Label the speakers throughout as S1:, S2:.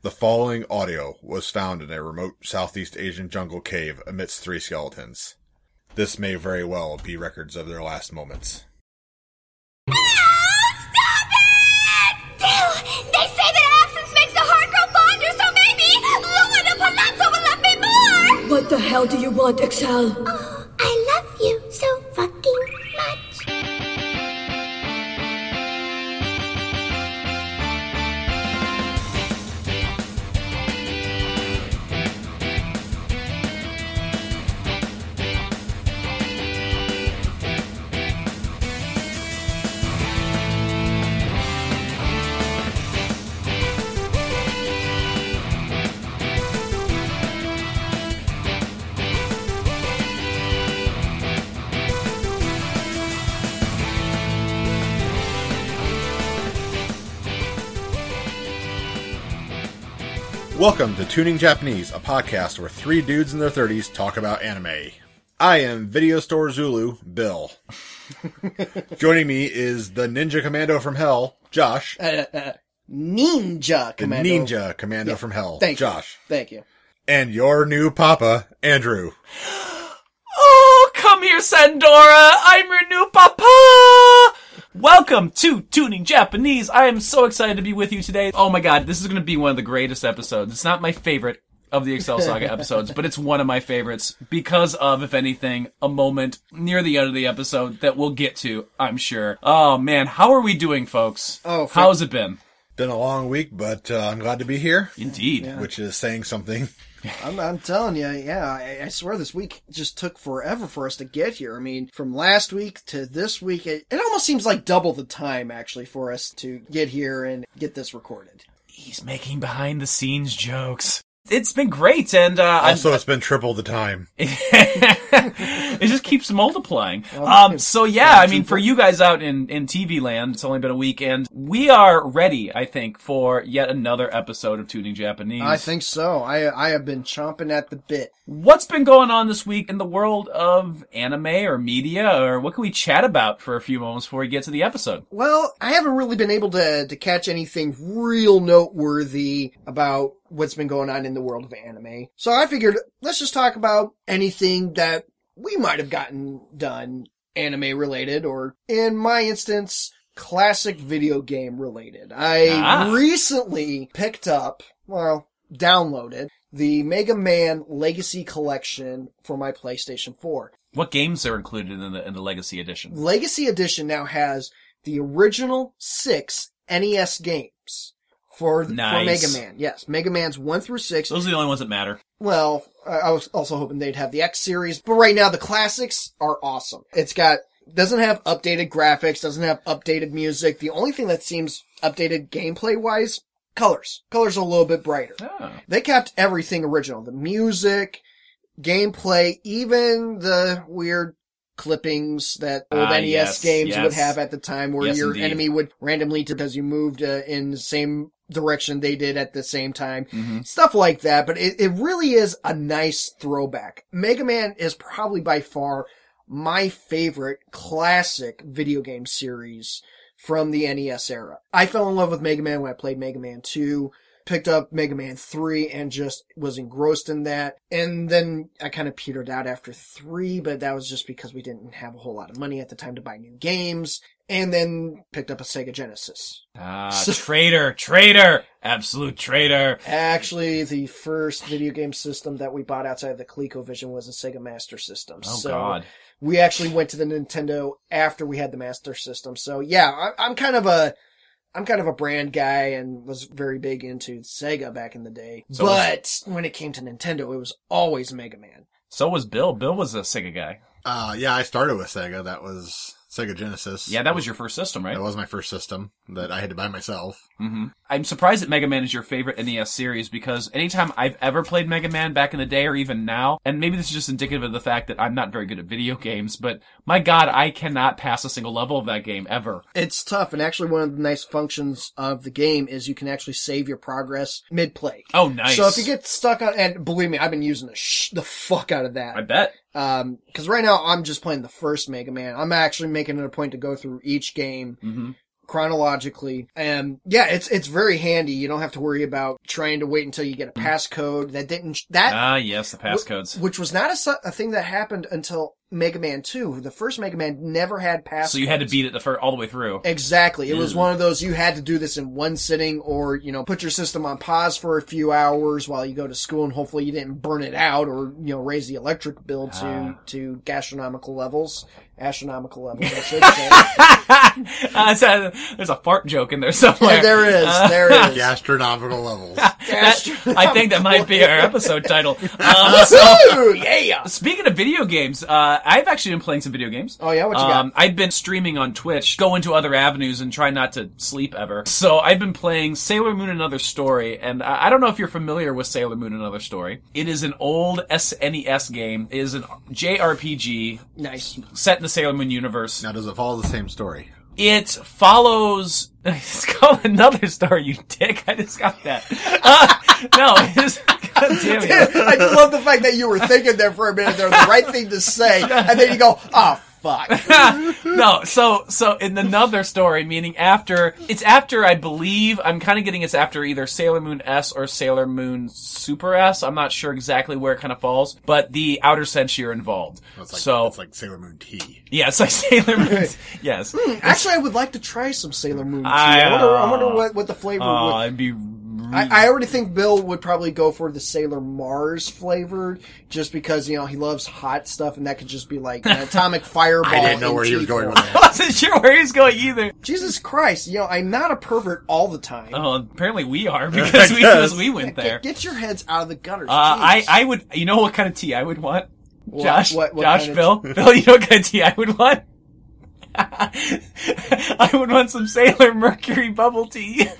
S1: The following audio was found in a remote Southeast Asian jungle cave amidst three skeletons. This may very well be records of their last moments.
S2: Oh, Stop it! They say that absence makes the heart grow fonder, so maybe Lua de Palazzo will love me more!
S3: What the hell do you want, Excel?
S2: Oh, I love you so fucking much.
S1: Welcome to Tuning Japanese, a podcast where three dudes in their 30s talk about anime. I am Video Store Zulu, Bill. Joining me is the Ninja Commando from Hell, Josh.
S4: Ninja
S1: The
S4: Commando.
S1: Ninja Commando from Hell,
S4: Thank
S1: Josh.
S4: You. Thank you.
S1: And your new papa, Andrew.
S5: Oh, come here, Sandora! I'm your new papa! Welcome to Tuning Japanese. I am so excited to be with you today. Oh my god, this is going to be one of the greatest episodes. It's not my favorite of the Excel Saga episodes, but it's one of my favorites because of, if anything, a moment near the end of the episode that we'll get to, I'm sure. Oh man, how are we doing, folks?
S4: Oh, for-
S5: how's it been?
S1: Been a long week, but uh, I'm glad to be here,
S5: Indeed.
S1: which is saying something.
S4: I'm, I'm telling you, yeah, I, I swear this week just took forever for us to get here. I mean, from last week to this week, it, it almost seems like double the time actually for us to get here and get this recorded.
S5: He's making behind the scenes jokes. It's been great, and uh, I'm-
S1: Also, it's been triple the time.
S5: it just keeps multiplying. Um, so yeah, I mean, for you guys out in, in TV land, it's only been a week and we are ready, I think, for yet another episode of Tuning Japanese.
S4: I think so. I I have been chomping at the bit.
S5: What's been going on this week in the world of anime or media or what can we chat about for a few moments before we get to the episode?
S4: Well, I haven't really been able to to catch anything real noteworthy about what's been going on in the world of anime. So I figured let's just talk about anything that we might have gotten done anime related or in my instance classic video game related. I
S5: Ah.
S4: recently picked up, well, downloaded the Mega Man Legacy Collection for my PlayStation 4.
S5: What games are included in the, in the Legacy Edition?
S4: Legacy Edition now has the original six NES games for,
S5: Nice.
S4: for Mega Man. Yes, Mega Man's one through six.
S5: Those are the only ones that matter.
S4: Well, I I was also hoping they'd have the X series, but right now the classics are awesome. It's got doesn't have updated graphics, doesn't have updated music. The only thing that seems updated gameplay wise, colors. Colors are a little bit brighter.
S5: Ah.
S4: They kept everything original. The music, gameplay, even the weird clippings that old
S5: Ah,
S4: NES
S5: yes,
S4: games
S5: yes.
S4: would have at the time where
S5: Yes,
S4: your
S5: indeed.
S4: enemy would randomly t- because you moved uh, in the same direction they did at the same time.
S5: mm-hmm.
S4: Stuff like that. But it, it really is a nice throwback. Mega Man is probably by far my favorite classic video game series from the NES era. I fell in love with Mega Man when I played Mega Man 2, picked up Mega Man 3 and just was engrossed in that. And then I kind of petered out after 3, but that was just because we didn't have a whole lot of money at the time to buy new games. And then picked up a Sega Genesis.
S5: Ah,
S4: So-
S5: traitor, traitor, absolute traitor.
S4: Actually, the first video game system that we bought outside of the ColecoVision was a Sega Master System.
S5: Oh
S4: so
S5: God.
S4: we actually went to the Nintendo after we had the Master System. So yeah, I, I'm kind of a, I'm kind of a brand guy and was very big into Sega back in the day.
S5: So was-
S4: but when it came to Nintendo, it was always Mega Man.
S5: So was Bill. Bill was a Sega guy.
S1: Uh, yeah, I started with Sega. That was Sega Genesis.
S5: Yeah, that was your first system, right?
S1: That was my first system that I had to buy myself.
S5: hmm I'm surprised that Mega Man is your favorite NES series because anytime I've ever played Mega Man back in the day or even now, and maybe this is just indicative of the fact that I'm not very good at video games, but my god, I cannot pass a single level of that game ever.
S4: It's tough, and actually, one of the nice functions of the game is you can actually save your progress mid play.
S5: Oh, nice.
S4: So if you get stuck on, and believe me, I've been using the sh- the fuck out of that.
S5: I bet.
S4: Um,
S5: Mm-hmm.
S4: cause right now I'm just playing the first Mega Man. I'm actually making it a point to go through each game chronologically. And yeah, it's it's very handy. You don't have to worry about trying to wait until you get a passcode that didn't that
S5: Mm-hmm. Ah, yes, the passcodes.
S4: wh- which was not a, su- a thing that happened until Mega Man 2. The first Mega Man never had passcodes.
S5: So you had to beat it the fir- all the way through.
S4: Exactly. It was one of those you had to do this in one sitting or, you know, put your system on pause for a few hours while you go to school and hopefully you didn't burn it out or, you know, raise the electric bill to, to gastronomical levels. Astronomical levels, I should say.
S5: Uh, so there's a fart joke in there somewhere.
S4: Yeah, there is. There is.
S1: Gastronomical levels.
S5: That- I think that might be our episode title. Um,
S4: Woo! yeah.
S5: Speaking of video games, uh, I've actually been playing some video games.
S4: Oh, yeah? What you got?
S5: um, I've been streaming on Twitch, going to other avenues, and try not to sleep ever. So I've been playing Sailor Moon: Another Story, and I, I don't know if you're familiar with Sailor Moon: Another Story. It is an old SNES game. It is an JRPG
S4: Nice.
S5: set in the Sailor Moon universe.
S1: Now, does it follow the same story?
S5: It follows. It's called another story, you dick. I just got that. Uh, no, it's. God damn it.
S4: I just love the fact that you were thinking there for a minute there, the right thing to say, and then you go, oh, fuck.
S5: no, so so in another story, meaning after it's after I believe I'm kind of getting it's after either Sailor Moon S or Sailor Moon Super S. I'm not sure exactly where it kind of falls, but the outer senshi are involved.
S1: Oh, It's like,
S5: so
S1: it's like Sailor Moon Tea.
S5: yeah, it's like Sailor Moon. yes,
S4: Actually, I would like to try some Sailor Moon tea.
S5: I,
S4: I, wonder, I
S5: uh,
S4: wonder what, what the flavor would
S5: uh, it'd be.
S4: I, I already think Bill would probably go for the Sailor Mars flavored, just because you know he loves hot stuff, and that could just be like an atomic fireball.
S5: Oh,
S1: I didn't know
S4: in
S1: where he was
S4: tea
S1: going with
S4: form.
S1: that.
S5: wasn't sure where he's going either.
S4: Jesus Christ! You know I'm not a pervert all the time.
S5: Oh, apparently we are because we because we went there.
S4: Get, get your heads out of the gutters.
S5: Uh, I,
S4: jeez.
S5: I would, you know what kind of tea I would want? Josh,
S4: what- what
S5: Josh,
S4: kind of
S5: Bill, Bill, you know what kind of tea I would want? I would want some Sailor Mercury bubble tea.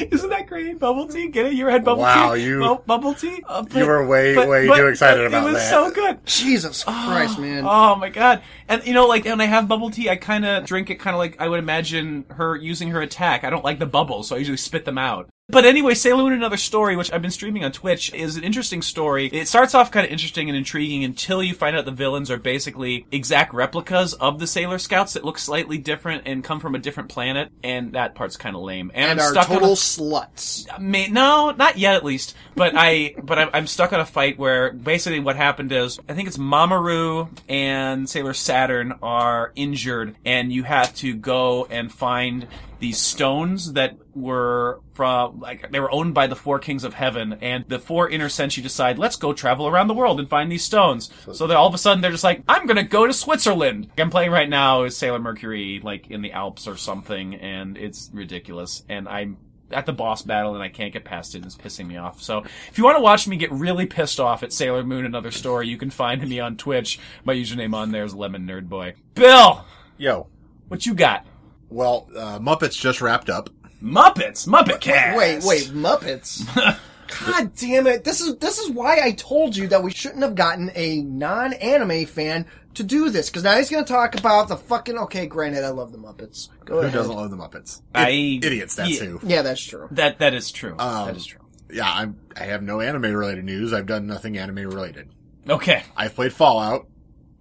S5: Isn't that great? Bubble tea? Get it? You had bubble
S1: Wow,
S5: tea?
S1: you-
S5: Bu- bubble tea? Uh, but-
S1: were way, way too excited about
S5: It was
S1: that.
S5: so good.
S4: Jesus Christ, man!
S5: Oh my god. And you know, like when I have bubble tea, I kinda drink it kinda like I would imagine her using her attack. I don't like the bubbles, so I usually spit them out. But anyway, Sailor Moon Another Story, which I've been streaming on Twitch, is an interesting story. It starts off kind of interesting and intriguing until you find out the villains are basically exact replicas of the Sailor Scouts that look slightly different and come from a different planet, and that part's kind of lame. And,
S4: and
S5: I'm
S4: our
S5: stuck on
S4: total
S5: a-
S4: sluts.
S5: May, no, not yet, at least. But I, but I'm, I'm stuck on a fight where basically what happened is I think it's Mamoru and Sailor Saturn are injured, and you have to go and find these stones that were from like they were owned by the four kings of heaven, and the four inner senshi decide let's go travel around the world and find these stones. So that all of a sudden they're just like I'm gonna go to Switzerland. I'm playing right now is Sailor Mercury like in the Alps or something, and it's ridiculous, and I'm at the boss battle and I can't get past it and it's pissing me off. So if you want to watch me get really pissed off at Sailor Moon Another Story, you can find me on Twitch. My username on there is Lemon Nerd Boy. Bill,
S1: Yo.
S5: what you got?
S1: Well, uh, Muppets just wrapped up.
S5: Muppets, Muppet Cast.
S4: Wait, wait, Muppets. God damn it! This is this is why I told you that we shouldn't have gotten a non-anime fan to do this because now he's going to talk about the fucking. Okay, granted, I love the Muppets. Go
S1: Who
S4: ahead.
S1: doesn't love the Muppets?
S5: I-
S1: idiots. That's
S5: Yeah.
S1: who. Um,
S4: Yeah, that's true.
S5: That that is true. that is true.
S1: Yeah, I'm. I have no anime related news. I've done nothing anime related.
S5: Okay.
S1: I've played Fallout.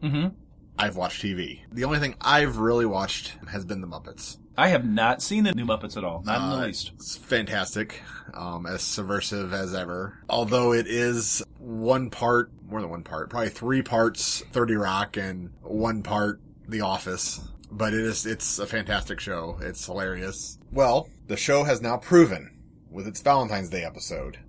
S5: Mhm.
S1: I've watched TV. The only thing I've really watched has been the Muppets.
S5: I have not seen the new Muppets at all. Not in
S1: Uh,
S5: the least.
S1: It's fantastic, um, as subversive as ever. Although it is one part, more than one part, probably three parts 30 Rock and one part The Office. But it is, it's a fantastic show. It's hilarious. Well, the show has now proven with its Valentine's Day episode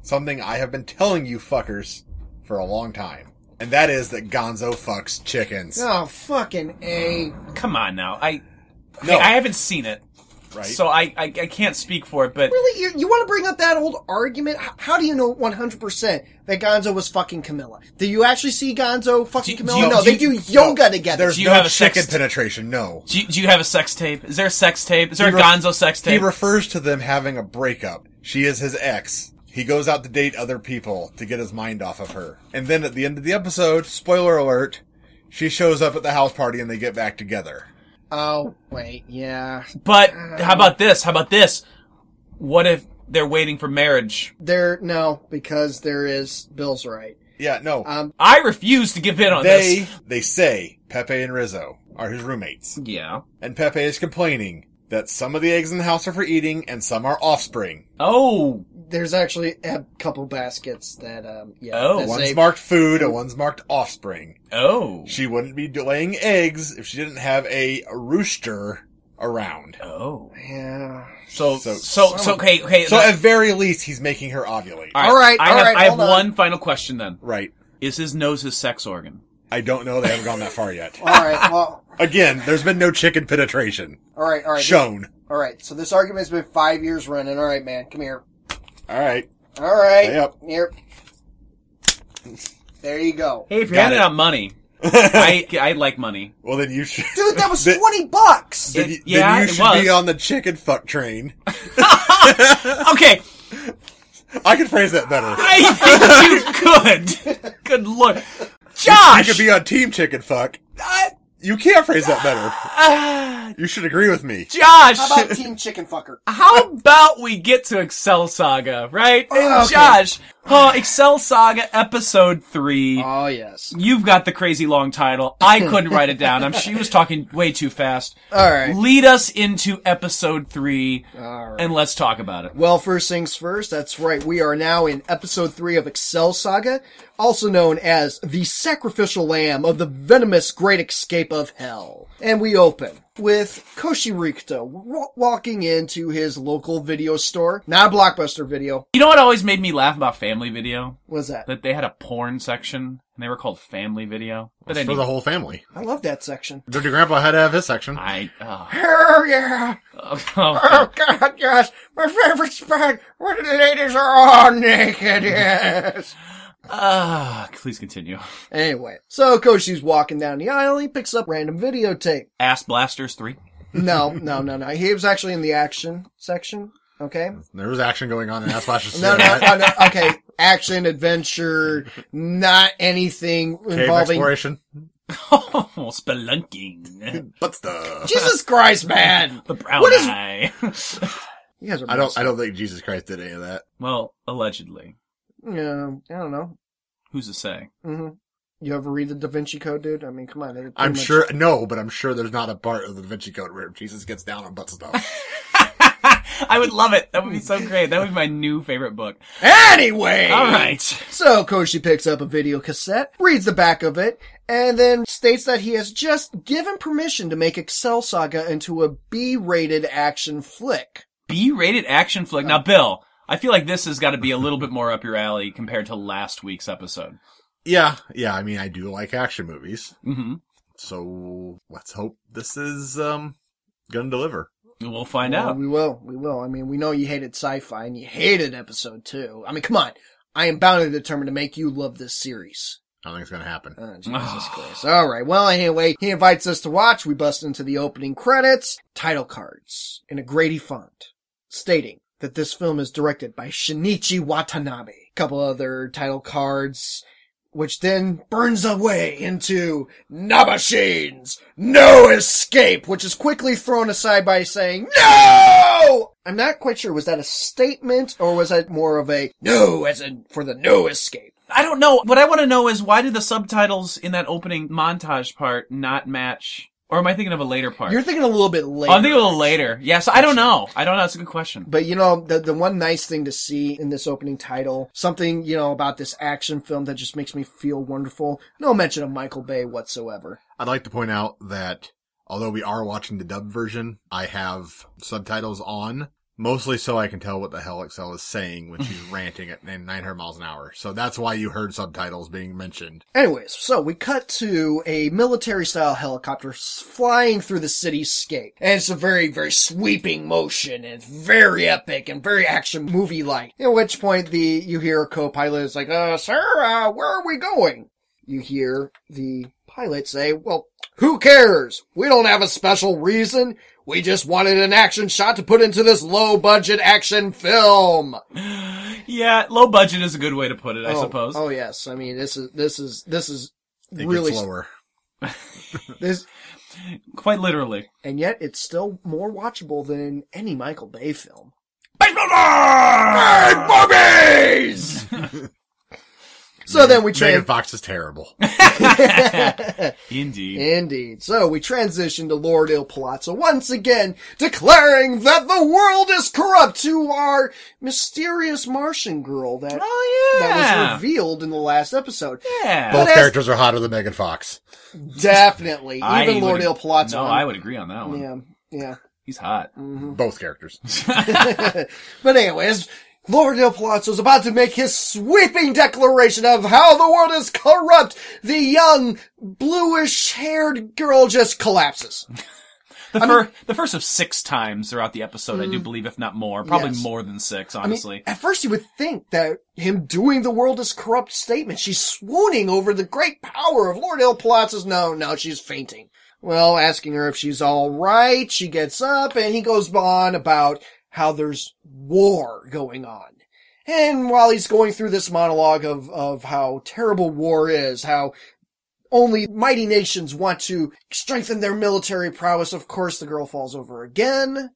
S1: something I have been telling you fuckers for a long time. And that is that Gonzo fucks chickens.
S4: Oh fucking a.
S5: Come on now. I
S1: No.
S5: I haven't seen it.
S1: right?
S5: So I, I I can't speak for it, but
S4: Really, you, you want to bring up that old argument? H- How do you know 100% that Gonzo was fucking Camilla? Do you actually see Gonzo fucking
S5: Do- do
S4: Camilla?
S5: you-
S4: no,
S5: do
S4: they
S5: you-
S4: do yoga together.
S1: There's
S5: Do you
S1: no
S5: have a sex
S1: chicken
S5: t-
S1: penetration, no.
S5: do you, do you have a sex tape? Is there a sex tape? Is there a
S1: He ref-
S5: Gonzo sex
S1: He
S5: tape?
S1: refers to them having a breakup. She is his ex. He goes out to date other people to get his mind off of her. And then at the end of the episode, spoiler alert, she shows up at the house party and they get back together.
S4: oh wait, yeah.
S5: But how about this? How about this? What if they're waiting for marriage?
S4: There, no, because there is. Bill's right. Um,
S1: Yeah, no.
S5: I refuse to give in on
S1: they
S5: this.
S1: they say Pepe and Rizzo are his roommates.
S5: Yeah.
S1: And Pepe is complaining that some of the eggs in the house are for eating and some are offspring.
S5: Oh,
S4: There's actually a couple baskets that, um, yeah.
S5: Oh,
S4: that
S1: One's
S4: say-
S1: marked food and one's marked offspring.
S5: oh,
S1: She wouldn't be laying eggs if she didn't have a rooster around.
S5: oh.
S4: Yeah.
S5: So,
S1: So-
S5: so, so, okay, okay.
S1: So
S5: that-
S1: at very least, he's making her ovulate.
S4: All right,
S5: I
S4: all
S5: have,
S4: right,
S5: I have
S4: hold on.
S5: one final question then.
S1: Right.
S5: Is his nose his sex organ?
S1: I don't know. They haven't gone that far yet.
S4: All right. Well,
S1: Again, there's been no chicken penetration
S4: all right, all right.
S1: shown.
S4: All right. So this argument's been five years running. All right, man. Come here.
S1: All right.
S4: All right.
S1: Stay up.
S4: Here. There you go.
S5: Hey, if you're
S1: Got
S5: handing
S1: it.
S5: out money, I I like money.
S1: Well, then you should.
S4: Dude, that was
S1: Th-
S4: 20 bucks.
S1: Then,
S5: It-
S1: you- then
S5: yeah,
S1: you
S5: it
S1: should
S5: was.
S1: be on the chicken fuck train.
S5: Okay,
S1: I could phrase that better.
S5: I think you could. Good lord,
S1: You
S5: Josh.
S1: could be on team chicken fuck.
S5: I-
S1: You can't phrase that better.
S5: ah,
S1: You should agree with me.
S5: Josh,
S4: How about Team Chicken Fucker?
S5: how about we get to Excel Saga, right? And
S4: Oh, okay.
S5: Josh, huh, Excel Saga episode three.
S4: Oh, yes.
S5: You've got the crazy long title. I couldn't write it down. I'm she was talking way too fast.
S4: All right.
S5: Lead us into episode three,
S4: All right.
S5: and let's talk about it.
S4: Well, first things first, that's right. We are now in episode three of Excel Saga, also known as the sacrificial lamb of the venomous great escape of hell. And we open with Koshirikta wa- walking into his local video store. Not a blockbuster video.
S5: You know what always made me laugh about Family Video?
S4: What's that?
S5: That they had a porn section, and they were called Family Video. But
S1: For
S5: anyway,
S1: the whole family.
S4: I love that section.
S1: Dirty Grandpa had to have his section.
S5: I oh,
S4: Oh, yeah.
S5: oh, oh.
S4: God, yes. My favorite spot where the ladies are all naked, yes.
S5: Ah, please continue.
S4: Anyway, so Koshi's walking down the aisle. He picks up random videotape.
S5: Ass Blasters three.
S4: No, no, no, no. He was actually in the action section. Okay.
S1: There was action going on in Ass Flashes.
S4: No, no, no, no. Okay. Action, adventure, not anything
S1: Cave
S4: involving.
S1: exploration.
S5: Oh, spelunking.
S1: But stuff.
S4: Jesus Christ, man!
S5: The brown
S4: What is-
S5: eye.
S4: You guys are.
S1: I don't. I don't think Jesus Christ did any of that.
S5: well, allegedly.
S4: Yeah, I don't know.
S5: Who's to say?
S4: hmm You ever read the Da Vinci Code, dude? I mean, come on. they pretty
S1: I'm
S4: much-
S1: sure. No, but I'm sure there's not a part of the Da Vinci Code where Jesus gets down on butt stuff.
S5: I would love it. That would be so great. That would be my new favorite book.
S4: Anyway.
S5: All right.
S4: So Koshi picks up a video cassette, reads the back of it, and then states that he has just given permission to make Excel Saga into a B-rated action flick.
S5: B-rated action flick. Now, Bill, I feel like this has got to be a little bit more up your alley compared to last week's episode.
S1: yeah, yeah. I mean, I do like action movies,
S5: hmm
S1: so let's hope this is um gonna deliver.
S5: We'll find
S4: Well,
S5: out.
S4: we will, we will. I mean, we know you hated sci-fi and you hated episode two. I mean, come on. I am bound and determined to make you love this series.
S1: I don't think it's gonna happen.
S4: Oh, Jesus Christ. All right. Well, anyway, he invites us to watch. We bust into the opening credits, title cards in a Grady font stating that this film is directed by Shinichi Watanabe. Couple other title cards, which then burns away into Nabashin's No Escape, which is quickly thrown aside by saying, No! I'm not quite sure. Was that a statement or was that more of a no as in for the no escape?
S5: I don't know. What I want to know is why did the subtitles in that opening montage part not match? Or am I thinking of a later part?
S4: You're thinking a little bit later.
S5: Oh, I'm thinking a little later. Yes, I don't know. I don't know. That's a good question.
S4: But you know, the the one nice thing to see in this opening title, something you know about this action film that just makes me feel wonderful. No mention of Michael Bay whatsoever.
S1: I'd like to point out that although we are watching the dub version, I have subtitles on. Mostly so I can tell what the hell Excel is saying when she's ranting at 900 miles an hour. So that's why you heard subtitles being mentioned.
S4: Anyways, so we cut to a military style helicopter s- flying through the cityscape. And it's a very, very sweeping motion and it's very epic and very action movie like. At which point the, you hear a co-pilot is like, uh, sir, uh, where are we going? You hear the pilot say, well, who cares? We don't have a special reason. We just wanted an action shot to put into this low budget action film.
S5: Yeah, low budget is a good way to put it, I
S4: Oh,
S5: suppose.
S4: Oh yes. I mean, this is, this is, this is
S1: It
S4: really,
S1: gets lower.
S4: this,
S5: Quite literally.
S4: and yet it's still more watchable than any Michael Bay film. Ah. So then we
S1: Megan
S4: trans-
S1: Fox is terrible.
S5: Indeed.
S4: Indeed. So we transition to Lord Il Palazzo once again, declaring that the world is corrupt to our mysterious Martian girl that,
S5: Oh yeah.
S4: that was revealed in the last episode.
S5: yeah.
S1: Both
S4: as-
S1: characters are hotter than Megan Fox.
S4: Definitely. Even
S5: I
S4: Lord
S5: would-
S4: Il Palazzo.
S5: No, I would agree on that one.
S4: Yeah. Mm. Yeah.
S5: He's hot.
S1: Both characters.
S4: But anyways, Lord Del Palazzo is about to make his sweeping declaration of how the world is corrupt. The young, bluish-haired girl just collapses.
S5: The, fir- the first of six times throughout the episode, I do believe, if not more, probably
S4: Mm. Yes.
S5: more than six,
S4: I mean,
S5: honestly.
S4: at first you would think that him doing the world is corrupt statement, she's swooning over the great power of Lord El Palazzo's. No, no, she's fainting. Well, asking her if she's alright, she gets up and he goes on about how there's war going on. And while he's going through this monologue of, of how terrible war is, how only mighty nations want to strengthen their military prowess, of course the girl falls over again.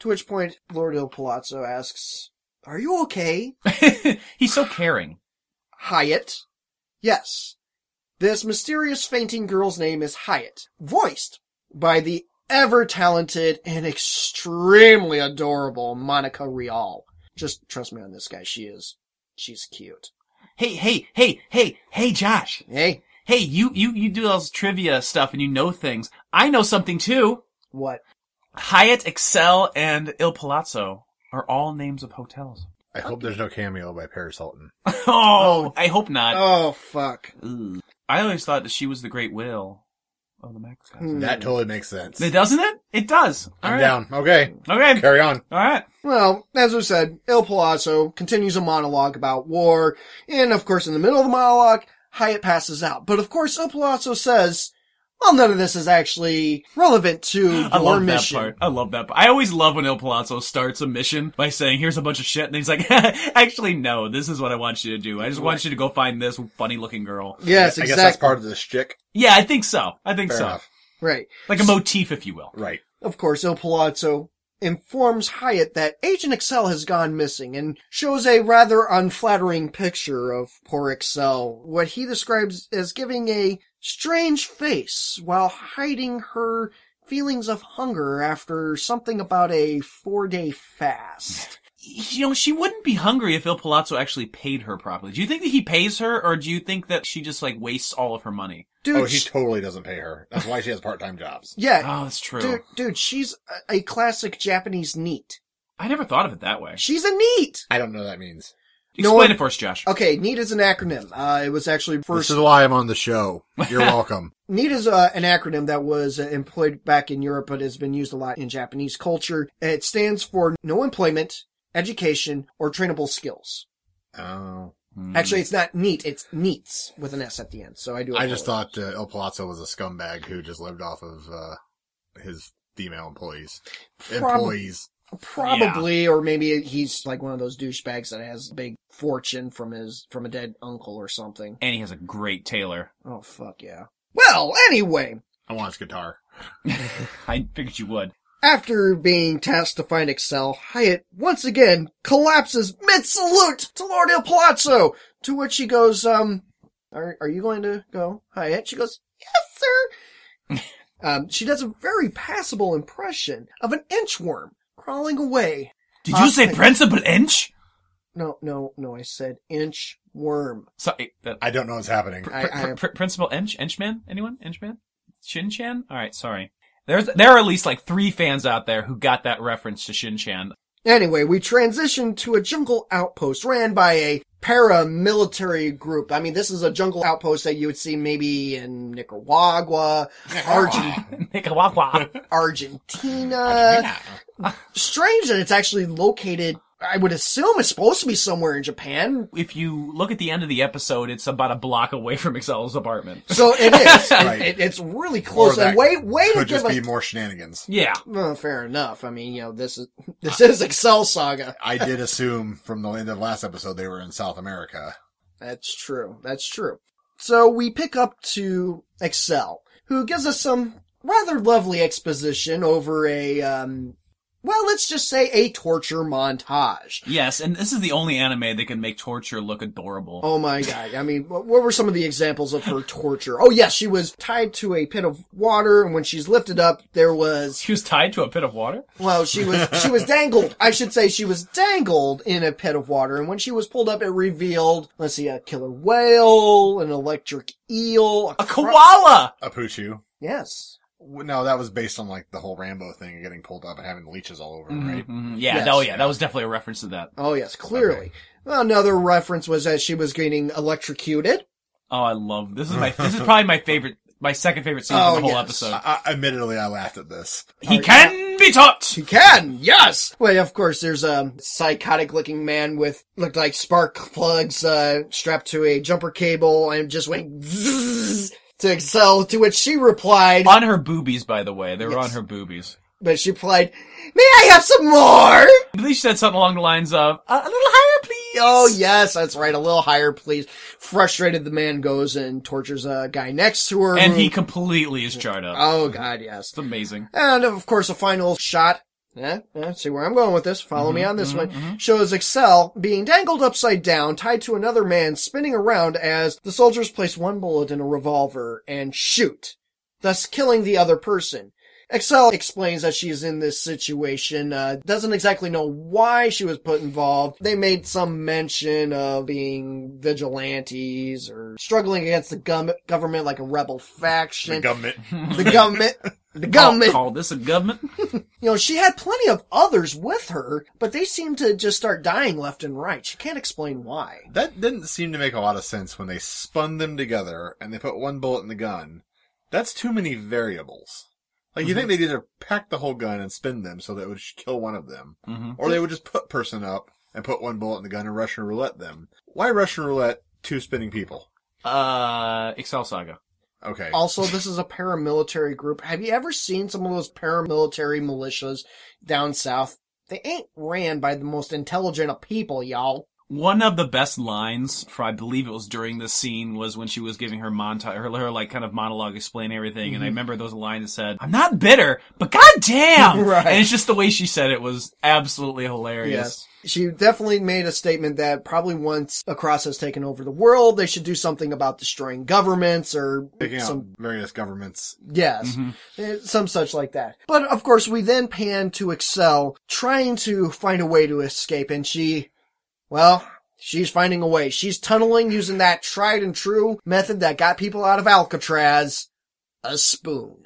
S4: To which point Lord Il Palazzo asks, are you okay,
S5: He's so caring.
S4: Hyatt? Yes. This mysterious fainting girl's name is Hyatt, voiced by the ever talented and extremely adorable Monica Rial. Just trust me on this guy. She is, she's cute.
S5: Hey, hey, hey, hey, hey, Josh.
S4: Hey,
S5: Hey, you, you, you do all this trivia stuff and you know things. I know something too.
S4: what?
S5: Hyatt, Excel, and Il Palazzo are all names of hotels.
S1: I hope there's no cameo by Paris Hilton.
S5: Oh, I hope not.
S4: Oh, fuck.
S5: I always thought that she was the great will of the
S4: Hmm.
S5: macrocosm.
S1: That totally makes sense.
S5: It doesn't it? It does. All
S1: I'm
S5: right.
S1: down. Okay.
S5: Okay.
S1: Carry on.
S5: All right.
S4: Well, as I said, Il Palazzo continues a monologue about war, and of course in the middle of the monologue, Hyatt passes out. But of course, Il Palazzo says, well, none of this is actually relevant to your
S5: I love
S4: mission.
S5: that part. I love that part. I always love when Il Palazzo starts a mission by saying, here's a bunch of shit. And he's like, actually, no, this is what I want you to do. I just want you to go find this funny looking girl.
S4: Yes,
S1: I
S4: exactly.
S1: guess that's part of the shtick.
S5: Yeah, I think so. I think
S1: Fair
S5: so.
S1: enough.
S4: Right.
S5: Like a motif, if you will.
S1: Right.
S4: Of course, Il Palazzo informs Hyatt that Agent Excel has gone missing and shows a rather unflattering picture of poor Excel, what he describes as giving a strange face while hiding her feelings of hunger after something about a four day fast.
S5: You know, she wouldn't be hungry if Il Palazzo actually paid her properly. Do you think that he pays her or do you think that she just like wastes all of her money?
S4: Dude,
S1: Oh, he Ah,
S4: sh-
S1: totally doesn't pay her. That's why she has part-time jobs.
S4: yeah,
S5: Oh, that's true.
S4: dude, dude, she's a- a classic Japanese neat.
S5: I never thought of it that way.
S4: She's a neat!
S1: I don't know what that means.
S4: No
S5: Explain
S4: one-
S5: it for us, Josh.
S4: Okay, neat is an acronym. Uh, it was actually first.
S1: This is why I'm on the show. You're welcome.
S4: NEET is uh, an acronym that was uh, employed back in Europe, but has been used a lot in Japanese culture. It stands for no employment, education, or trainable skills.
S1: oh.
S5: Hmm.
S4: Actually, it's not NEET, it's NEETs with an S at the end. So I do.
S1: I just
S4: apologize.
S1: thought uh, El Palazzo was a scumbag who just lived off of uh, his female employees.
S4: Prob-
S1: employees.
S4: probably, or maybe he's like one of those douchebags that has a big fortune from his from a dead uncle or something.
S5: And he has a great tailor.
S4: Oh fuck yeah. Well, anyway,
S1: I want his guitar.
S5: I figured you would.
S4: After being tasked to find Excel, Hyatt once again collapses mid-salute to Lord Il Palazzo, to which she goes, um, are, are you going to go, Hyatt? She goes, yes, sir. um, she does a very passable impression of an inchworm crawling away.
S5: Did
S4: Uh,
S5: you say Principal Inch?
S4: No, no, no, I said inchworm.
S5: Sorry. that-
S1: I don't know what's happening.
S4: I, I,
S5: uh, Pr- Principal Inch? Inchman? Anyone? Inchman? Shin Chan? Alright, sorry. There's, there are at least like three fans out there who got that reference to Shin Chan.
S4: Anyway, we transition to a jungle outpost ran by a paramilitary group. I mean, this is a jungle outpost that you would see maybe in Nicaragua, Argent-
S5: Nicaragua.
S4: Argentina. Strange that it's actually located, I would assume it's supposed to be somewhere in Japan.
S5: if you look at the end of the episode, it's about a block away from Excel's apartment.
S4: So it is.
S1: Right.
S4: It- it's really close.
S1: that
S4: And way, way to
S1: Could
S4: give
S1: just
S4: us.
S1: be more shenanigans.
S5: Yeah.
S4: Well, fair enough. I mean, you know, this is, this is Excel Saga.
S1: I did assume from the end of last episode they were in South America.
S4: That's true. That's true. So we pick up to Excel, who gives us some rather lovely exposition over a um, well, let's just say a torture montage.
S5: Yes, and this is the only anime that can make torture look adorable.
S4: Oh my god. I mean, what what were some of the examples of her torture? Oh yes, she was tied to a pit of water and when she's lifted up, there was,
S5: She was tied to a pit of water?
S4: well, she was, she was dangled. I should say she was dangled in a pit of water and when she was pulled up, it revealed, let's see, a killer whale, an electric eel,
S5: A koala!
S1: A Poochu.
S4: Yes.
S1: W- No, that was based on like the whole Rambo thing and getting pulled up and having leeches all over him, right?
S5: Mhm, Yeah,
S4: Yes.
S5: oh yeah, that was definitely a reference to that.
S4: Oh yes, clearly. Another reference was that she was getting electrocuted.
S5: Oh, I love this is my this is probably my favorite my second favorite scene
S4: Oh,
S5: from the whole
S4: yes. uh,
S5: episode.
S1: I, I, admittedly, I laughed at this.
S5: he can be taught.
S4: She can, yes. Well, of course, there's a psychotic looking man with looked like spark plugs uh, strapped to a jumper cable and just went zzzz to Excel. To which she replied,
S5: On her boobies, by the way. They were
S4: Yes.
S5: on her boobies.
S4: but she replied, "May I have some more?"
S5: I believe she said something along the lines of, "Uh, a, a little higher, please.
S4: Oh yes, that's right. A little higher, please. Frustrated, the man goes and tortures a guy next to her.
S5: And he
S4: who-
S5: completely is charred up.
S4: Oh god, yes.
S5: It's amazing.
S4: And of course, a final shot. Eh, eh, see where I'm going with this. Follow me on this one. Shows Excel being dangled upside down, tied to another man, spinning around as the soldiers place one bullet in a revolver and shoot, thus killing the other person. Excel explains that she is in this situation, uh, doesn't exactly know why she was put involved. They made some mention of being vigilantes or struggling against the gov- government like a rebel faction.
S1: The government.
S4: the government. The
S5: Call,
S4: government.
S5: call this a government?
S4: You know, she had plenty of others with her, but they seem to just start dying left and right. She can't explain why.
S1: That didn't seem to make a lot of sense when they spun them together and they put one bullet in the gun. That's too many variables. Like, you think they'd either pack the whole gun and spin them so that it would sh- kill one of them, or they would just put person up and put one bullet in the gun and Russian roulette them. Why Russian roulette two spinning people?
S5: Uh, Excel Saga.
S1: Okay.
S4: Also, this is a paramilitary group. Have you ever seen some of those paramilitary militias down south? They ain't ran by the most intelligent of people, y'all.
S5: One of the best lines, for I believe it was during this scene, was when she was giving her montage, her, her like kind of monologue explaining everything, and I remember those lines that said, "I'm not bitter, but goddamn!"
S4: Right.
S5: And it's just the way she said it was absolutely hilarious.
S4: She definitely made a statement that probably once Across has taken over the world, they should do something about destroying governments or
S1: Picking out
S4: some
S1: various governments.
S4: Yes. Uh, Some such like that. But of course, we then pan to Excel trying to find a way to escape and she, well, she's finding a way. She's tunneling using that tried and true method that got people out of Alcatraz. A spoon.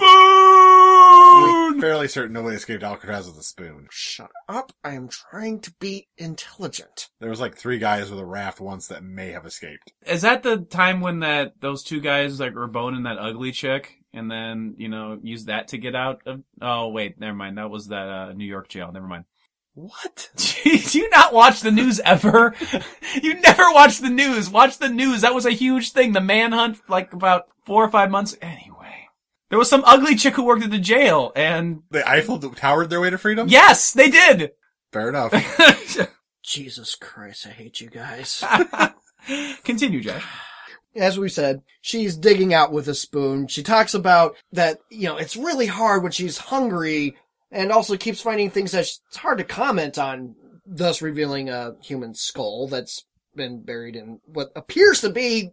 S1: I'm
S5: Spoon.
S1: fairly certain nobody escaped Alcatraz with a spoon.
S4: Shut up. I am trying to be intelligent.
S1: There was like three guys with a raft once that may have escaped.
S5: Is that the time when that those two guys like were boning that ugly chick, and then you know used that to get out of? Oh wait, never mind. That was that uh, New York jail. Never mind.
S1: What?
S5: Do you not watch the news ever? you never watch the news. Watch the news. That was a huge thing. The manhunt, like about four or five months. Anyway, there was some ugly chick who worked at the jail, and
S1: They Eiffel Towered their way to freedom?
S5: yes, they did.
S1: Fair enough.
S4: Jesus Christ, I hate you guys.
S5: Continue, Josh.
S4: as we said, she's digging out with a spoon. She talks about that, you know, it's really hard when she's hungry and also keeps finding things that sh- it's hard to comment on, thus revealing a human skull that's been buried in what appears to be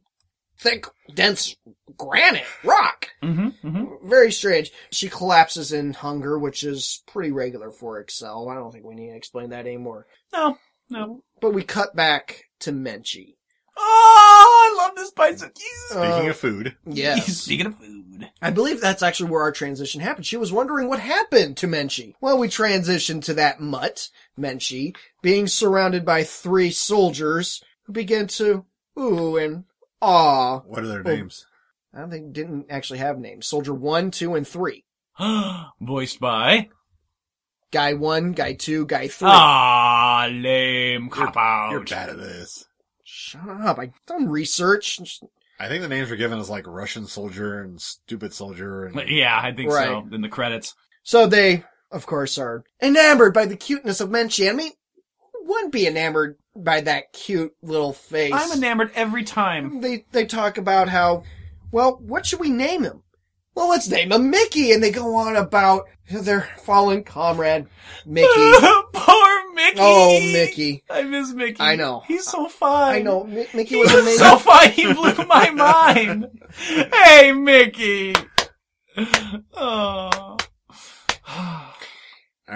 S4: thick, dense granite rock.
S5: Mm-hmm, mm-hmm.
S4: Very strange. She collapses in hunger, which is pretty regular for Excel. I don't think we need to explain that anymore.
S5: No, no.
S4: But we cut back to Menchie.
S5: Oh, I love this Paisuki.
S1: Speaking
S4: Uh,
S1: of food,
S4: Yes.
S5: Speaking of food,
S4: I believe that's actually where our transition happened. She was wondering what happened to Menchi. Well, we transitioned to that mutt, Menchi, being surrounded by three soldiers who began to ooh and ah.
S1: what are their
S4: Oh.
S1: names?
S4: I don't think didn't actually have names. Soldier one, two, and three.
S5: voiced by
S4: Guy one, guy two, guy three.
S5: ah lame cop out.
S1: You're bad at this.
S4: Shut up! I done research.
S1: I think the names were given as like Russian soldier and stupid soldier and
S5: Yeah, I think so.
S4: Right.
S5: In the credits.
S4: So they, of course, are enamored by the cuteness of Menchi. I mean, who wouldn't be enamored by that cute little face.
S5: I'm enamored every time.
S4: they they talk about how well what should we name him well, let's name him Mickey. And they go on about their fallen comrade, Mickey.
S5: Poor Mickey.
S4: Oh, Mickey.
S5: I miss Mickey.
S4: I know.
S5: He's so fine.
S4: I know, Mi- Mickey
S5: He
S4: was
S5: was
S4: amazing.
S5: so fine. He blew my mind. Hey, Mickey. Oh.
S1: All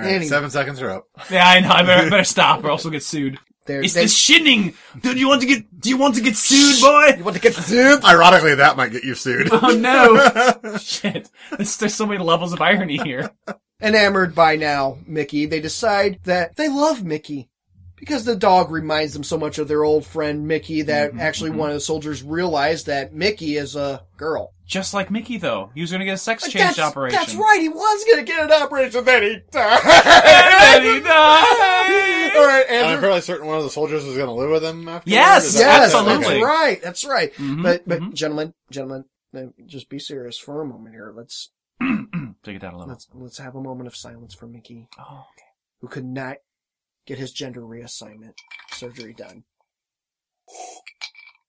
S1: right,
S4: Anyway.
S1: seven seconds are up.
S5: Yeah, I know. I better, I better stop, or else we'll get sued.
S4: They're-
S5: It's
S4: they-
S5: the shinning. Do you want to get? Do you want to get sued, boy?
S4: you want to get soup?
S1: Ironically, that might get you sued.
S5: Oh no! Shit. This, there's so many levels of irony here.
S4: Enamored by now, Mickey, they decide that they love Mickey. Because the dog reminds them so much of their old friend Mickey that
S5: Mm-hmm,
S4: actually one of the soldiers realized that Mickey is a girl.
S5: Just like Mickey, though, he was going to get a sex change
S4: that's,
S5: operation.
S4: That's right. He was going to get an operation. Then he
S5: And
S4: died.
S5: he died.
S4: All right,
S1: And I'm
S4: Andrew.
S1: fairly certain one of the soldiers was going to live with him after.
S5: Yes,
S4: Yes,
S5: Absolutely.
S4: that's right. That's right.
S5: Mhm,
S4: But, but
S5: mhm.
S4: gentlemen, gentlemen, uh, just be serious for a moment here. Let's
S5: mm-hmm. Take it down a level.
S4: let's let's have a moment of silence for Mickey,
S5: Oh,
S4: who could not get his gender reassignment surgery done.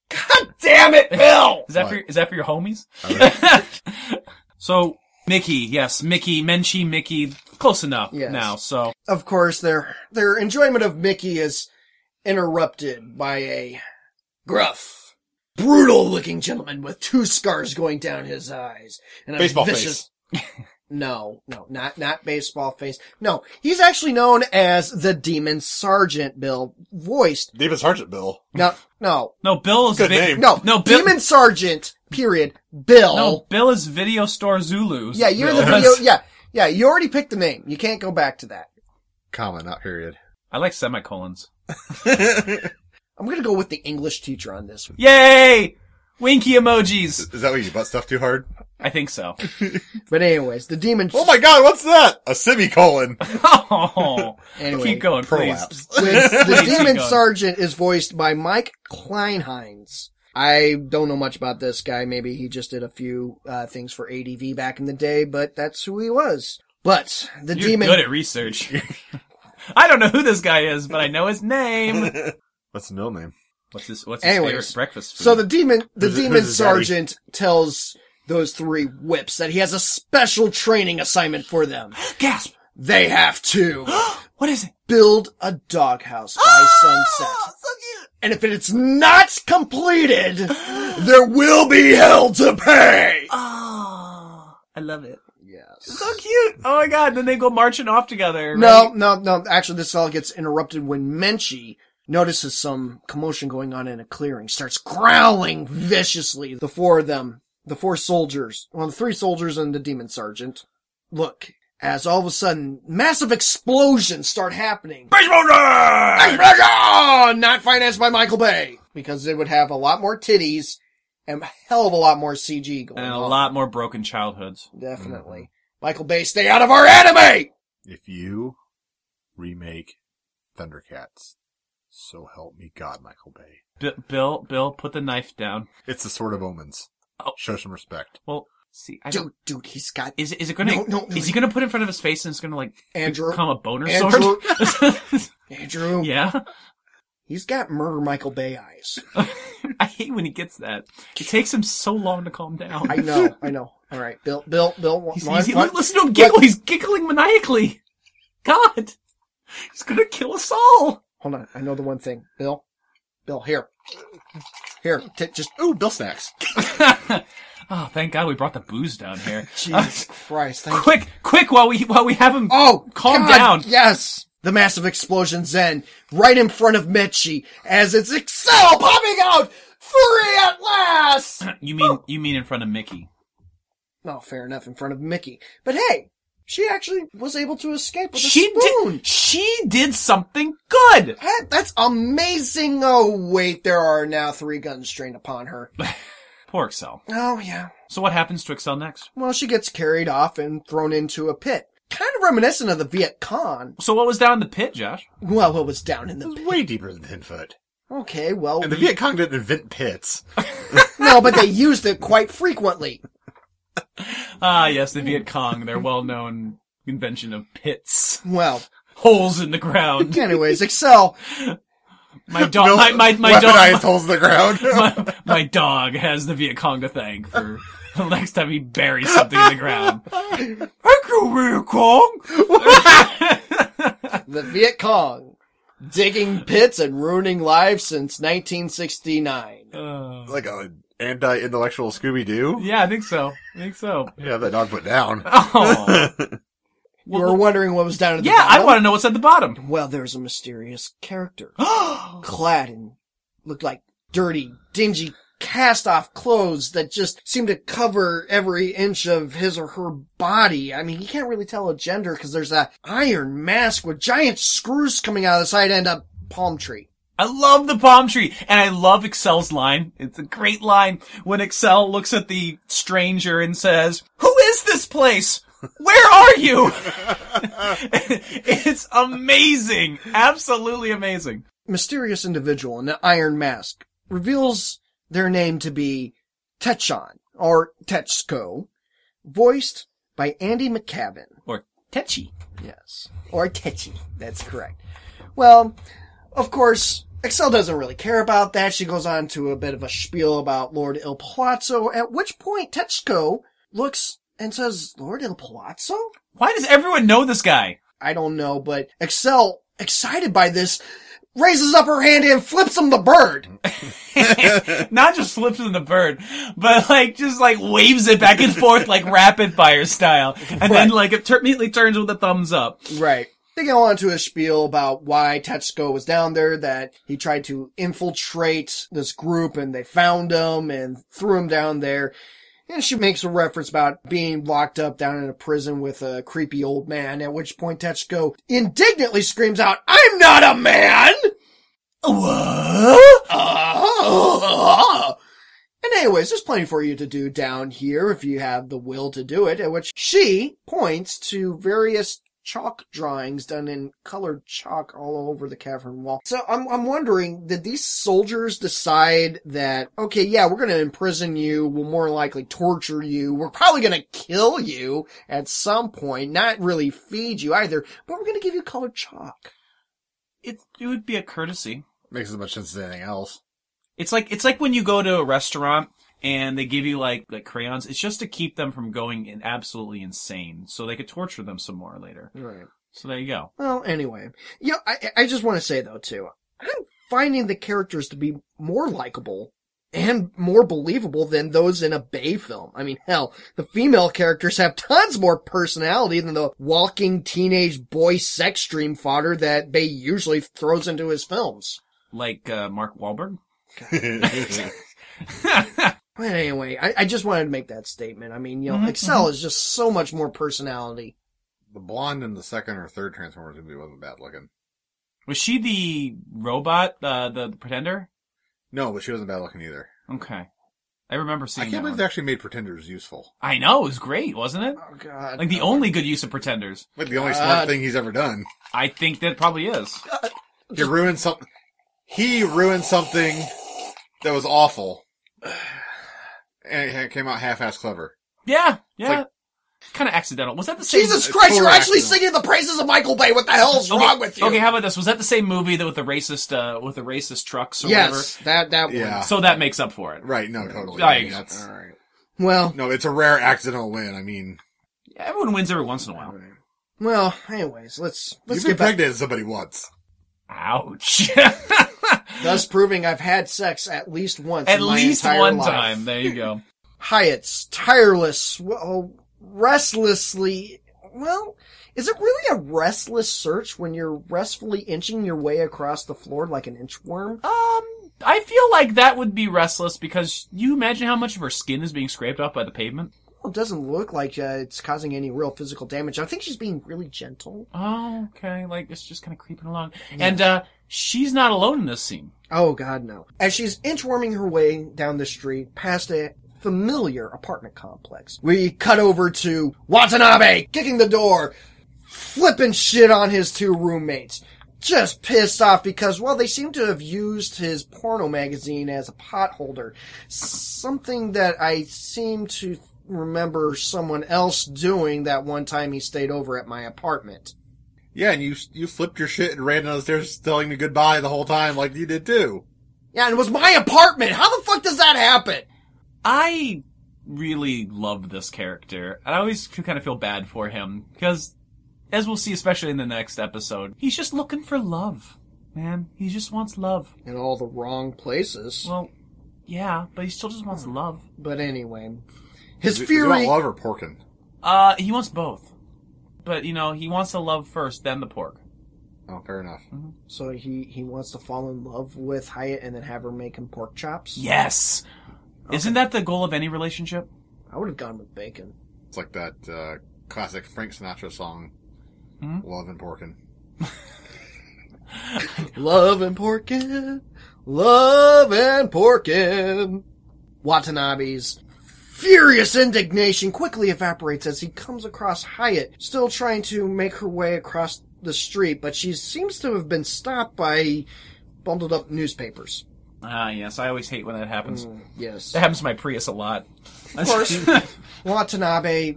S4: God damn it, Bill!
S5: Is that
S1: What?
S5: for your, is that for your homies? so Mickey, yes, Mickey, Menchie, Mickey, close enough
S4: Yes.
S5: now. So
S4: of course, their their enjoyment of Mickey is interrupted by a gruff, brutal-looking gentleman with two scars going down his eyes and a
S1: Baseball
S4: vicious. no, no, not not baseball face. No, he's actually known as the Demon Sergeant Bill, voiced.
S1: Demon Sergeant Bill.
S4: No, no,
S5: no, Bill is
S1: Good
S5: vi-
S1: name.
S4: no,
S5: no, Bill.
S4: Demon Sergeant. Period. Bill.
S5: no, Bill is video store Zulu.
S4: yeah, you're the
S5: Bill.
S4: video. Yeah, yeah. You already picked the name. You can't go back to that.
S1: Comma, not period.
S5: I like semicolons.
S4: I'm gonna go with the English teacher on this.
S5: Yay! Winky emojis.
S1: Is that what you butt stuff too hard?
S5: I think so.
S4: But anyways, the demon.
S1: Oh my god, what's that? A semicolon.
S5: Oh,
S4: Anyway.
S5: keep going, please.
S1: Prolapse.
S4: With- the
S5: Keep
S4: demon
S5: going.
S4: sergeant is voiced by Mike Kleinheinz. I don't know much about this guy. Maybe he just did a few uh, things for ADV back in the day, but that's who he was. But the
S5: You're
S4: demon.
S5: good at research. I don't know who this guy is, but I know his name.
S1: What's the middle name?
S5: What's his What's his
S4: Anyways,
S5: favorite breakfast food?
S4: so the demon, the
S1: Who's it-
S4: demon
S1: who's his daddy?
S4: sergeant tells those three whips that he has a special training assignment for them.
S5: gasp.
S4: They have to
S5: What is it?
S4: build a doghouse by sunset. And if it's not completed, there will be hell to pay.
S5: Oh, I love it.
S4: Yes.
S5: So cute. Oh my god. Then they go marching off together.
S4: No, no, no. Actually, this all gets interrupted when Menchie notices some commotion going on in a clearing, starts growling viciously. The four of them, the four soldiers, well, the three soldiers and the demon sergeant, look as all of a sudden massive explosions start happening. Explosion! Not financed by Michael Bay because it would have a lot more titties and a hell of a lot more CG going
S5: And a
S4: on.
S5: lot more broken childhoods.
S4: Definitely. Mm-hmm. Michael Bay, stay out of our anime!
S1: If you remake Thundercats, so help me God, Michael Bay.
S5: B- Bill, Bill, put the knife down.
S1: It's the Sword of Omens.
S5: Oh.
S1: Show some respect.
S5: Well, see, I don't,
S4: Dude, dude, he's got
S5: is it- is it gonna
S4: No, no, no.
S5: is he gonna put it in front of his face and it's gonna like
S4: Andrew.
S5: become a boner
S4: Andrew.
S5: sword?
S4: Andrew.
S5: yeah,
S4: He's got murder Michael Bay eyes.
S5: I hate when he gets that. It takes him so long to calm down.
S4: I know, I know. All right, Bill, Bill, Bill.
S5: He's,
S4: want-
S5: he's-
S4: want-
S5: listen to him giggle. He's giggling maniacally. God, he's gonna kill us all.
S4: Hold on, I know the one thing. Bill, Bill, here, here, t- just
S1: Ooh, Bill Snacks.
S5: oh, thank God we brought the booze down here. Uh,
S4: Jesus Christ, thank you.
S5: quick, quick, while we while we have him.
S4: Oh,
S5: Calm
S4: God,
S5: down.
S4: Yes, the massive explosions end right in front of Mitchie as it's Excel popping out free at last.
S5: You mean you mean in front of Mickey?
S4: Well, fair enough, in front of Mickey. But hey, she actually was able to escape with a
S5: She
S4: spoon.
S5: did. She did something good.
S4: Hey, That's amazing. Oh, wait, there are now three guns trained upon her.
S5: Poor Excel.
S4: Oh, yeah.
S5: So what happens to Excel next?
S4: Well, she gets carried off and thrown into a pit. Kind of reminiscent of the Viet Cong.
S5: So what was down in the pit, Josh?
S4: Well, it was down in
S1: It
S4: the
S1: was
S4: pit.
S1: way deeper than ten foot.
S4: Okay, well,
S1: And the Viet Cong didn't invent pits.
S4: no, but they used it quite frequently.
S5: Ah, yes, the Viet Cong, their well-known invention of pits,
S4: Well,
S5: holes in the ground.
S4: anyways, Excel
S5: My dog, my, my, my
S1: weaponized
S5: dog,
S1: holes in the ground.
S5: my, my dog has the Viet Cong to thank for the next time he buries something in the ground. Thank you, Viet Cong.
S4: The Viet Cong. Digging pits and ruining lives since 1969.
S1: like a anti-intellectual Scooby Doo.
S5: Yeah, I think so. I think so.
S1: Yeah, that dog put down.
S5: Oh.
S4: You were wondering what was down at the
S5: Yeah, I
S4: bottom?
S5: want to know what's at the bottom.
S4: Well, there's a mysterious character clad in looked like dirty, dingy, cast off clothes that just seemed to cover every inch of his or her body. I mean, you can't really tell a gender because there's a iron mask with giant screws coming out of the side end of palm tree.
S5: I love the palm tree, and I love Excel's line. It's a great line when Excel looks at the stranger and says, "Who is this place? Where are you?" it's amazing, absolutely amazing.
S4: Mysterious individual in the iron mask reveals their name to be Tetchon or Tetsko, voiced by Andy McCavin.
S5: Or Tetchy.
S4: Yes. Or Tetchy. That's correct. Well, of course, Excel doesn't really care about that. She goes on to a bit of a spiel about Lord Il Palazzo, at which point Tetchko looks and says, Lord Il Palazzo?
S5: Why does everyone know this guy?
S4: I don't know, but Excel, excited by this, raises up her hand and flips him the bird.
S5: Not just flips in the bird, but like just like waves it back and forth like rapid fire style, and then like it tur- immediately turns with a thumbs up.
S4: Right. They go on to a spiel about why Tetsuko was down there, that he tried to infiltrate this group and they found him and threw him down there. And she makes a reference about being locked up down in a prison with a creepy old man, at which point Tetsuko indignantly screams out, I'm not a man!
S5: What?
S4: Uh-huh. And anyways, there's plenty for you to do down here if you have the will to do it, at which she points to various chalk drawings done in colored chalk all over the cavern wall. So I'm, I'm wondering, did these soldiers decide that, okay, yeah, we're gonna imprison you, we'll more than likely torture you, we're probably gonna kill you at some point, not really feed you either, but we're gonna give you colored chalk.
S5: It it would be a courtesy.
S1: Makes as much sense as anything else.
S5: It's like it's like when you go to a restaurant and they give you like like crayons. It's just to keep them from going in absolutely insane, so they could torture them some more later.
S4: Right.
S5: So there you go.
S4: Well, anyway, you know, I, I just want to say though too, I'm finding the characters to be more likable and more believable than those in a Bay film. I mean, hell, the female characters have tons more personality than the walking teenage boy sex dream fodder that Bay usually throws into his films.
S5: Like uh, Mark Wahlberg.
S4: But anyway, I, I just wanted to make that statement. I mean, you know,
S5: Mm-hmm,
S4: Excel is just so much more personality.
S1: The blonde in the second or third Transformers movie wasn't bad looking.
S5: Was she the robot, uh, the, the pretender?
S1: No, but she wasn't bad looking either.
S5: Okay, I remember
S1: I
S5: seeing.
S1: can't
S5: that
S1: believe
S5: one.
S1: they actually made Pretenders useful.
S5: I know it was great, wasn't it?
S4: Oh God.
S5: Like the only good use of pretenders.
S1: Like the only
S4: God.
S1: smart thing he's ever done.
S5: I think that probably is.
S1: He ruined something. He ruined something that was awful, and it came out half-ass clever.
S5: Yeah, yeah.
S1: like-
S5: kind of accidental. Was that the same?
S4: Jesus Christ, you're
S1: Correct.
S4: actually singing the praises of Michael Bay. What the hell is wrong with you?
S5: Okay, how about this? Was that the same movie that with the racist uh with the racist trucks or
S4: yes, that that one.
S1: Yeah,
S5: whatever? So that makes up for it.
S1: right. No, totally.
S5: Right.
S1: I mean, that's-
S4: All right. Well,
S1: no, it's a rare accidental win. I mean,
S5: Everyone wins every once in a while.
S4: well. Anyways, let's let's
S1: you've been
S4: get back.
S1: pregnant somebody once.
S5: Ouch.
S4: Thus proving I've had sex at least once.
S5: At
S4: in my
S5: least
S4: entire
S5: one
S4: life.
S5: time. There you go.
S4: Hyatt's tireless, well, restlessly. Well, is it really a restless search when you're restfully inching your way across the floor like an inchworm?
S5: Um, I feel like that would be restless because you imagine how much of her skin is being scraped off by the pavement.
S4: Well, Oh, it doesn't look like uh, it's causing any real physical damage. I think she's being really gentle.
S5: Oh, okay. Like it's just kind of creeping along. And uh, she's not alone in this scene.
S4: Oh god, no. As she's inchworming her way down the street past a familiar apartment complex, we cut over to Watanabe kicking the door, flipping shit on his two roommates. Just pissed off because, well, they seem to have used his porno magazine as a potholder. Something that I seem to remember someone else doing that one time he stayed over at my apartment.
S1: Yeah, and you you flipped your shit and ran down the stairs telling me goodbye the whole time, like you did too.
S4: Yeah, and it was my apartment. How the fuck does that happen?
S5: I really love this character, and I always kind of feel bad for him because, as we'll see, especially in the next episode, he's just looking for love, man. He just wants love.
S4: In all the wrong places.
S5: Well, yeah, but he still just wants love.
S4: but anyway, his
S1: Is it- is it about
S4: fury.
S1: love or porking?
S5: Uh, he wants both, but you know, he wants the love first, then the pork.
S1: Oh, fair enough.
S4: So he he wants to fall in love with Hyatt and then have her make him pork chops.
S5: Yes. Isn't that the goal of any relationship?
S4: I would have gone with bacon.
S1: It's like that uh, classic Frank Sinatra song,
S4: Hmm?
S1: "Love and Porkin."
S4: Love and porkin, love and porkin. Watanabe's furious indignation quickly evaporates as he comes across Hyatt, still trying to make her way across the street, but she seems to have been stopped by bundled up newspapers.
S5: Ah, yes. I always hate when that happens.
S4: Yes.
S5: That happens to my Prius a lot. Of
S4: course. Watanabe,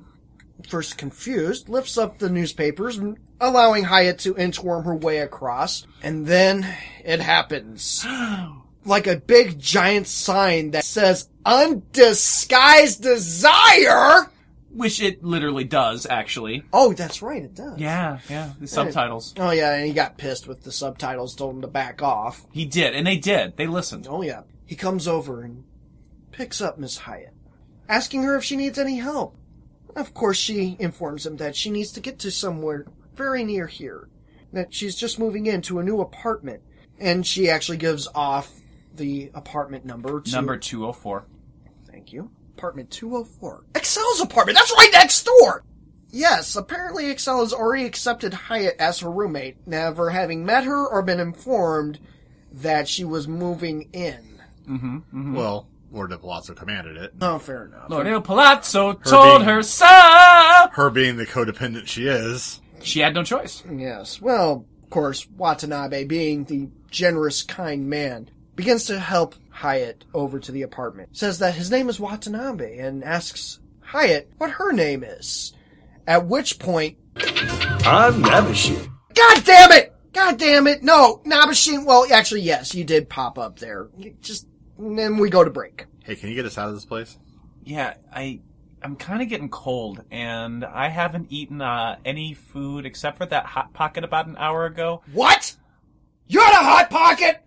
S4: first confused, lifts up the newspapers, allowing Hyatt to inchworm her way across, and then it happens. Like a big giant sign that says, Undisguised Desire!
S5: Which it literally does, actually.
S4: Oh, that's right, it does.
S5: Yeah, yeah. The subtitles.
S4: Oh, yeah, and he got pissed with the subtitles, told him to back off.
S5: He did, and they did. They listened.
S4: Oh, yeah. He comes over and picks up Miss Hyatt, asking her if she needs any help. Of course, she informs him that she needs to get to somewhere very near here, that she's just moving into a new apartment, and she actually gives off the apartment number to.
S5: Number 204.
S4: Thank you. Apartment 204. Excel's apartment! That's right next door! Yes, apparently Excel has already accepted Hyatt as her roommate, never having met her or been informed that she was moving in. Hmm.
S1: Well, Lord of Palazzo commanded it.
S4: Oh, fair enough.
S5: Lorena Palazzo told
S1: being-
S5: her so.
S1: Her being the codependent she is,
S5: She had no choice.
S4: Yes. Well, of course, Watanabe, being the generous, kind man, begins to help Hyatt over to the apartment. Says that his name is Watanabe and asks Hyatt what her name is. At which point,
S6: I'm Nabishu.
S4: God damn it! God damn it! No, Nabashin. Well, actually, yes, you did pop up there. You Just and then we go to break.
S1: hey, can you get us out of this place?
S5: Yeah, I, I'm kind of getting cold, and I haven't eaten uh, any food except for that hot pocket about an hour ago.
S4: What? You're the hot pocket.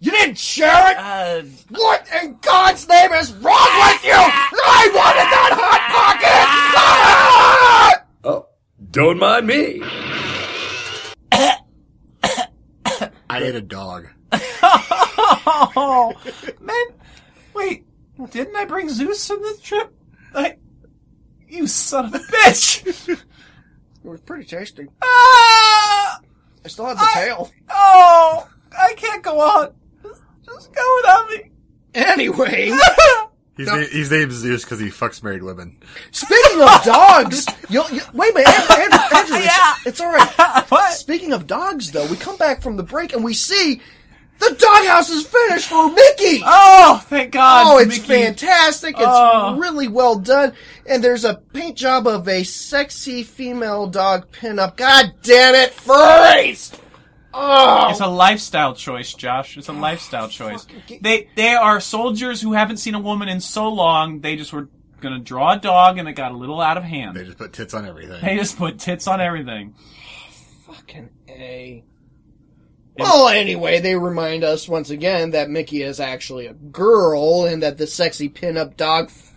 S4: You didn't share it.
S5: Uh,
S4: What in God's name is wrong with you? I wanted that hot pocket!
S6: Oh, don't mind me.
S1: I ate a dog.
S5: oh man, wait, didn't I bring Zeus on this trip? I, you son of a bitch!
S4: It was pretty tasty.
S5: ah,
S4: I still have the tail.
S5: oh, I can't go on. Just, just go without me.
S4: Anyway,
S1: He's, na- he's named Zeus because he fucks married women.
S4: speaking of dogs, you'll, you wait a minute, Andrew, Andrew, Andrew, it's,
S5: Yeah.
S4: it's all right.
S5: What?
S4: Speaking of dogs, though, we come back from the break and we see the doghouse is finished for Mickey.
S5: Oh, thank God!
S4: Oh, it's
S5: Mickey.
S4: fantastic. It's
S5: Oh.
S4: really well done. And there's a paint job of a sexy female dog pinup. God damn it, Oh. furries!
S5: It's a lifestyle choice, Josh.
S4: Oh,
S5: It's a lifestyle choice. They they are soldiers who haven't seen a woman in so long. They just were gonna draw a dog, and it got a little out of
S1: They
S5: hand.
S1: just put tits on everything.
S5: They just put tits on everything.
S4: Fucking A. Well, anyway, they remind us once again that Mickey is actually a girl and that the sexy pinup dog. f-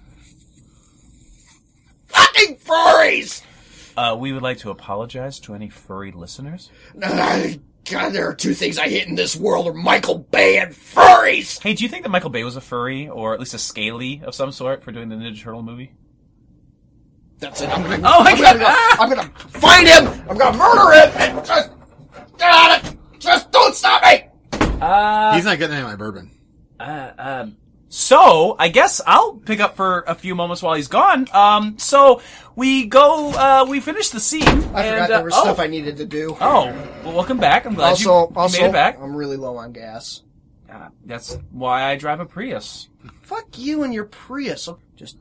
S4: Fucking furries!
S5: Uh, we would like to apologize to any furry listeners.
S4: God, there are two things I hate in this world are Michael Bay and furries!
S5: Hey, do you think that Michael Bay was a furry, or at least a scaly of some sort, for doing the Ninja Turtle movie?
S4: That's it. I'm gonna,
S5: Oh my
S4: I'm
S5: God.
S4: Gonna, I'm gonna find him. I'm gonna murder him. And just get out of. Just don't stop me.
S5: Ah! uh,
S1: he's not getting any of my bourbon.
S5: um, So I guess I'll pick up for a few moments while he's gone. Um, so we go, uh, we finish the scene. I
S4: I forgot there was stuff I needed to do.
S5: uh, Oh, well, welcome back. I'm glad you,
S4: also,
S5: you
S4: also, um,
S5: made it back.
S4: I'm really low on gas.
S5: Uh, that's why I drive a Prius.
S4: Fuck you and your Prius. Oh, Just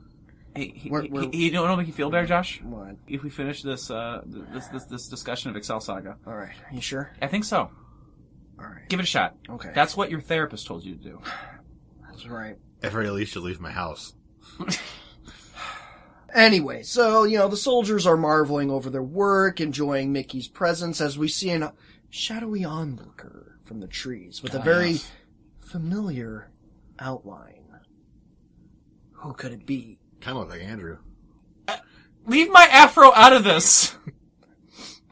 S5: Hey, he,
S4: We're-
S5: he-
S4: we're-
S5: he- you know what'll make you feel better, Josh?
S4: What?
S5: If we finish this, uh, th- this, this, this discussion of Excel Saga.
S4: All right. You sure?
S5: I think so.
S4: All right.
S5: Give it a shot.
S4: Okay.
S5: That's what your therapist told you to do.
S4: That's right.
S1: At very least, you leave my house.
S4: Anyway, so, you know, the soldiers are marveling over their work, enjoying Mickey's presence as we see an shadowy onlooker from the trees
S5: Ah,
S4: with a very familiar outline. Who could it be?
S1: Kind of like Andrew.
S5: Leave my afro out of this!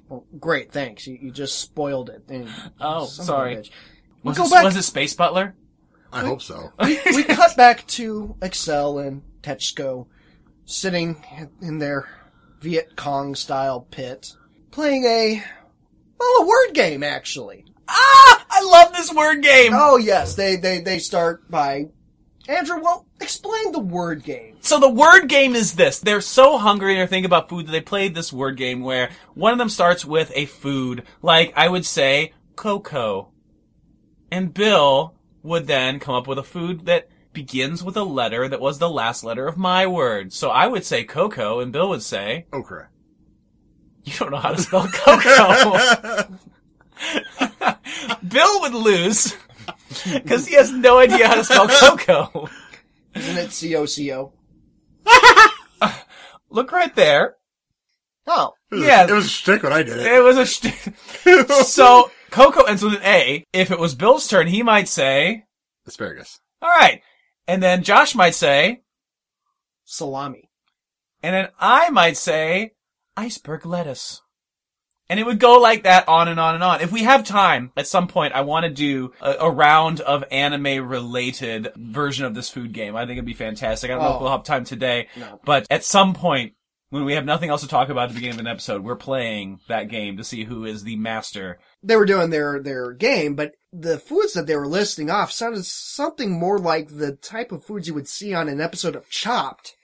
S4: Well, great, thanks. You, you just spoiled it. And- son of
S5: Oh,
S4: a
S5: sorry.
S4: bitch. We
S5: Was
S4: go
S5: it,
S4: back-
S5: was it Space Butler?
S1: I hope so.
S5: uh,
S4: we cut back to Excel and Tetchko sitting in their Viet Cong style pit, playing a, well, a word game, actually.
S5: Ah! I love this word game!
S4: Oh yes, they they they start by Andrew. Well, explain the word game.
S5: So the word game is this. They're so hungry and they're thinking about food that they played this word game where one of them starts with a food, like I would say cocoa. And Bill would then come up with a food that begins with a letter that was the last letter of my word. So I would say cocoa and Bill would say,
S1: Okra.
S5: you don't know how to spell cocoa. Bill would lose because he has no idea how to spell cocoa.
S4: Isn't it C O C O?
S5: Look right there.
S4: Oh,
S1: It was a-
S5: Yeah.
S1: it was a shtick when I did it.
S5: It was a shtick. so Coco ends with an A. If it was Bill's turn, he might say,
S1: Asparagus.
S5: "All right," and then Josh might say,
S4: salami.
S5: and then I might say, "Iceberg lettuce," and it would go like that on and on and on. If we have time, at some point, I want to do a, a round of anime-related version of this food game. I think it'd be fantastic. I don't know if
S4: Oh.
S5: we'll have time today,
S4: No.
S5: but at some point. When we have nothing else to talk about at the beginning of an episode, we're playing that game to see who is the master
S4: They were doing their their game, but the foods that they were listing off sounded something more like the type of foods you would see on an episode of Chopped.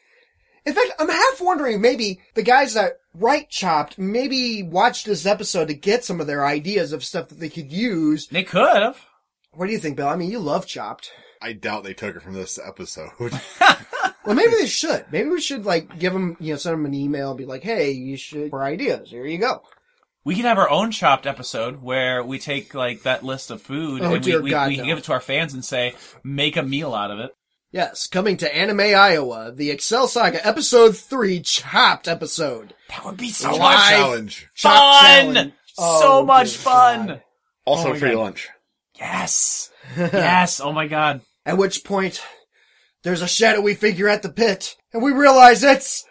S4: In fact, I'm half wondering maybe the guys that write Chopped maybe watched this episode to get some of their ideas of stuff that they could use.
S5: They could have.
S4: What do you think, Bill? I mean, you love Chopped.
S1: I doubt they took it from this episode.
S4: Well, maybe they should. Maybe we should like give them, you know, send them an email and be like, "Hey, you should for ideas. Here you go."
S5: We could have our own chopped episode where we take like that list of food
S4: Oh,
S5: and we,
S4: dear
S5: we,
S4: God,
S5: we
S4: no.
S5: give it to our fans and say, make a meal out of it.
S4: Yes, coming to Anime Iowa, the Excel Saga episode three, Chopped episode,
S5: That would be so
S1: Live
S5: much
S1: challenge.
S4: Chopped
S5: fun!
S4: challenge. Oh,
S5: so much
S4: dear
S5: fun!
S4: God.
S1: Also
S5: Oh my
S1: free
S5: God.
S1: lunch.
S5: Yes! yes! Oh my god.
S4: At which point, there's a shadowy figure at the pit, and we realize it's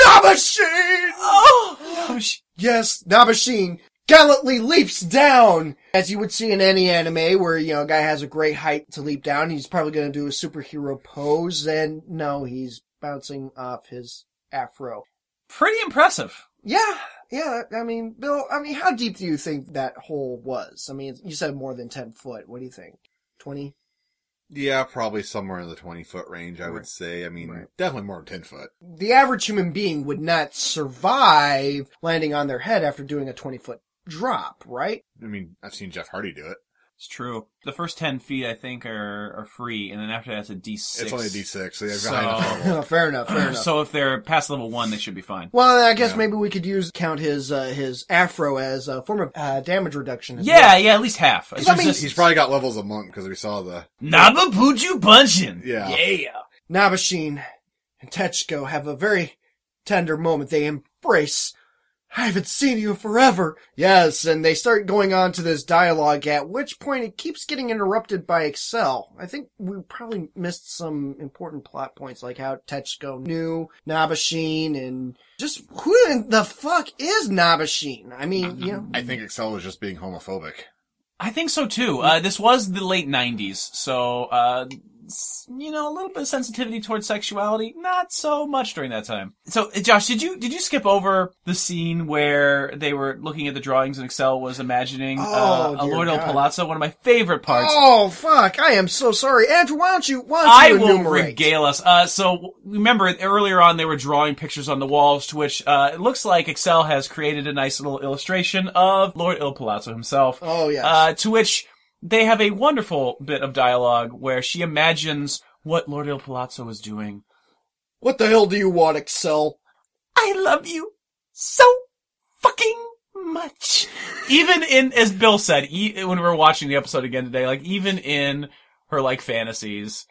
S4: Nabashin.
S5: Oh! no, sh-
S4: Yes, Nabashin gallantly leaps down, as you would see in any anime where, you know, a guy has a great height to leap down. He's probably going to do a superhero pose, and no, he's bouncing off his afro.
S5: Pretty impressive.
S4: Yeah, yeah, I mean, Bill, I mean, how deep do you think that hole was? I mean, you said more than 10 foot. What do you think? 20?
S1: Yeah, probably somewhere in the 20 foot range, I would say. I mean,
S4: Right.
S1: definitely more than 10 foot.
S4: The average human being would not survive landing on their head after doing a 20 foot drop, right?
S1: I mean, I've seen Jeff Hardy do it.
S5: It's true. The first 10 feet, I think, are, are free, and then after that, it's a D6.
S1: It's only a D6, so yeah,
S5: So-
S1: behind the level.
S4: fair enough, fair enough.
S5: So if they're past level one, they should be fine.
S4: Well, I guess
S1: Yeah.
S4: maybe we could use count his uh, his afro as a form of uh, damage reduction. as
S5: Yeah, yeah, at least half.
S4: Does that mean-
S1: He's probably got levels a monk because we saw the.
S5: Naba Buju Bunjin!
S1: Yeah.
S5: Yeah!
S4: well. Nabashin and Tetsuko have a very tender moment. They embrace. I haven't seen you forever. Yes, and they start going on to this dialogue. At which point, it keeps getting interrupted by Excel. I think we probably missed some important plot points, like how Tetsuko knew Nabashin, and just who in the fuck is Nabashin? I mean, you know.
S1: I think Excel was just being homophobic.
S5: I think so too. Uh, this was the late '90s, so uh, s- you know a little bit of sensitivity towards sexuality, not so much during that time. So, uh, Josh, did you did you skip over the scene where they were looking at the drawings and Excel was imagining
S4: Oh,
S5: uh,
S4: dear
S5: Aloydo
S4: God.
S5: Palazzo? One of my favorite parts.
S4: Oh fuck! I am so sorry, Andrew. Why don't you? Why don't
S5: I
S4: you
S5: will
S4: enumerate?
S5: regale us. Uh, so remember earlier on they were drawing pictures on the walls, to which uh, it looks like Excel has created a nice little illustration of Lord Il Palazzo himself.
S4: Oh, yes.
S5: Uh, to which they have a wonderful bit of dialogue where she imagines what Lord Il Palazzo is doing
S4: What the hell do you want, Excel?
S5: I love you so fucking much. Even in, as Bill said, e- when we were watching the episode again today, like even in her like fantasies,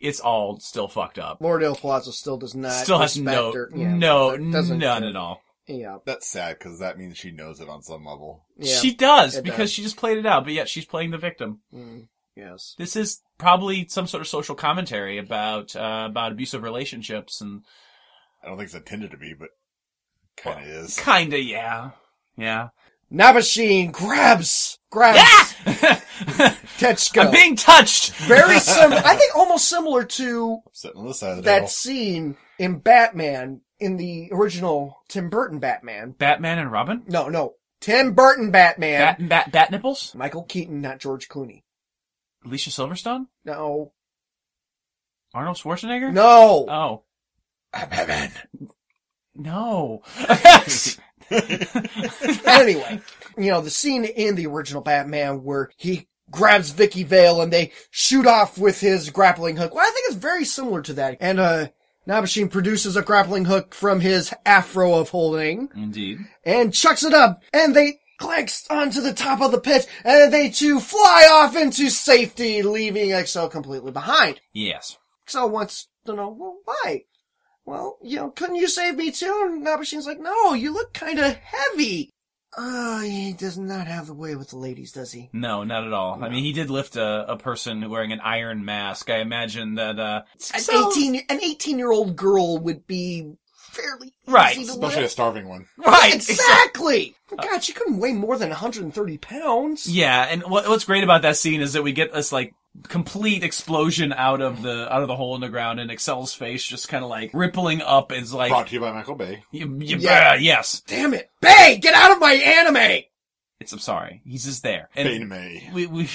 S5: it's all still fucked up.
S4: Lordale Palazzo still does not
S5: Still has
S4: respect
S5: no,
S4: her. Yeah,
S5: no,
S4: that doesn't-
S5: none at all.
S4: Yeah,
S1: That's sad because that means she knows it on some level.
S4: yeah.
S5: she does
S4: it
S5: because
S4: does.
S5: she just played it out, but yet she's playing the victim.
S4: Mm, yes.
S5: This is probably some sort of social commentary about uh, about abusive relationships and
S1: I don't think it's intended to be, but kind of is.
S5: kinda yeah, yeah,
S4: Nabashin grabs, grabs
S5: yeah.
S4: Tetsuko.
S5: I'm being touched.
S4: very similar. I think almost similar to
S1: Sitting on the side of the
S4: that scene in Batman in the original Tim Burton Batman.
S5: Batman and Robin.
S4: No, no, Tim Burton Batman.
S5: Bat, bat, bat nipples?
S4: Michael Keaton, not George Clooney.
S5: Alicia Silverstone?
S4: No,
S5: Arnold Schwarzenegger?
S4: no.
S5: Oh.
S1: Ah, Batman.
S5: No.
S4: anyway, you know, the scene in the original Batman where he grabs Vicky Vale and they shoot off with his grappling hook. Well, I think it's very similar to that. And, uh, Nabashin produces a grappling hook from his afro of holding
S5: Indeed.
S4: and chucks it up and they clanks onto the top of the pitch and they two fly off into safety, leaving Excel completely behind.
S5: Yes.
S4: Excel wants to know, well, why? Well, you know, couldn't you save me too? And Nabashin's like, no, you look kind of heavy. Uh, he does not have the way with the ladies, does he?
S5: No, not at all. I mean, he did lift a, a person wearing an iron mask. I imagine that, uh,
S4: An
S5: so-
S4: 18, an 18 year old girl would be fairly
S5: Right,
S4: easy to
S1: Especially a
S4: lift.
S1: starving one.
S5: Right. Uh,
S4: Exactly! God, she couldn't weigh more than 130 pounds.
S5: Yeah, and what, what's great about that scene is that we get this like complete explosion out of the out of the hole in the ground, and Excel's face just kind of like rippling up is like,
S1: Brought to you by Michael Bay.
S5: y- y-
S4: Yeah.
S5: uh, yes,
S4: Damn it. Bay, get out of my anime!
S5: it's. I'm sorry, he's just there,
S1: Bane
S5: and
S1: May.
S5: we, we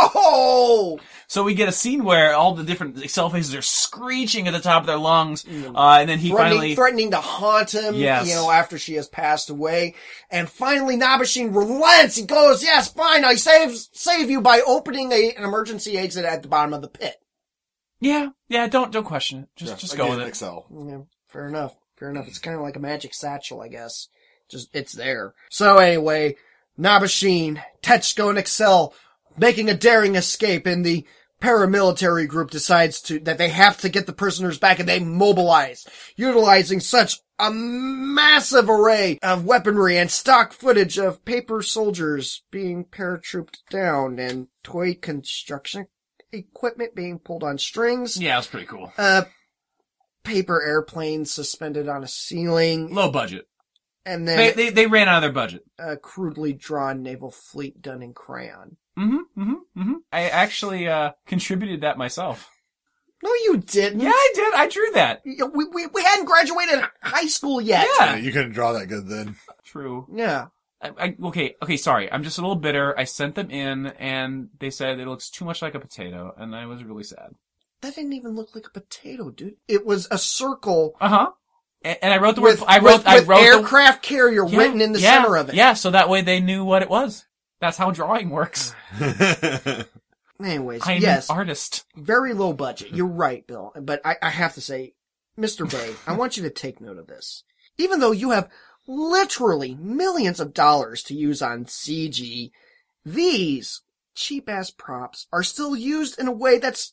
S4: No!
S5: So we get a scene where all the different Excel faces are screeching at the top of their lungs,
S4: Mm.
S5: uh, and then he
S4: threatening,
S5: finally.
S4: threatening to haunt him,
S5: Yes.
S4: you know, after she has passed away. And finally, Nabashin relents. He goes, yes, fine, I save, save you by opening a, an emergency exit at the bottom of the pit.
S5: yeah, yeah. Don't don't question it. Just just go
S1: Again,
S5: with it.
S1: Excel.
S4: Yeah, fair enough. Fair enough. It's kind of like a magic satchel, I guess. Just, it's there. So anyway, Nabashin, Tetsuko, and Excel making a daring escape and the paramilitary group decides to, that they have to get the prisoners back and they mobilize, utilizing such a massive array of weaponry and stock footage of paper soldiers being paratrooped down and toy construction equipment being pulled on strings
S5: Yeah, it's pretty cool.
S4: uh, paper airplanes suspended on a ceiling,
S5: Low budget.
S4: and
S5: They,
S4: then
S5: they they ran out of their budget.
S4: a crudely drawn naval fleet done in crayon.
S5: Mm-hmm. Mm-hmm. Mm-hmm. I actually uh contributed that myself.
S4: No, you didn't.
S5: Yeah, I did. I drew that.
S4: You know, We, we, we hadn't graduated high school yet.
S5: Yeah.
S1: Yeah, you couldn't draw that good then.
S5: True.
S4: Yeah.
S5: I, I, okay. Okay. Sorry. I'm just a little bitter. I sent them in, and they said it looks too much like a potato, and I was really sad.
S4: That didn't even look like a potato, dude. It was a circle
S5: Uh huh. And, and I wrote the
S4: with,
S5: word. I wrote.
S4: with,
S5: I
S4: with
S5: wrote the,
S4: aircraft carrier
S5: Yeah,
S4: written in the
S5: yeah,
S4: center of it.
S5: Yeah, so that way they knew what it was. That's how drawing works.
S4: Anyways,
S5: I am
S4: yes.
S5: an artist.
S4: very low budget. You're right, Bill. But I, I have to say, Mr. Bay, I want you to take note of this. Even though you have literally millions of dollars to use on CG, these cheap ass props are still used in a way that's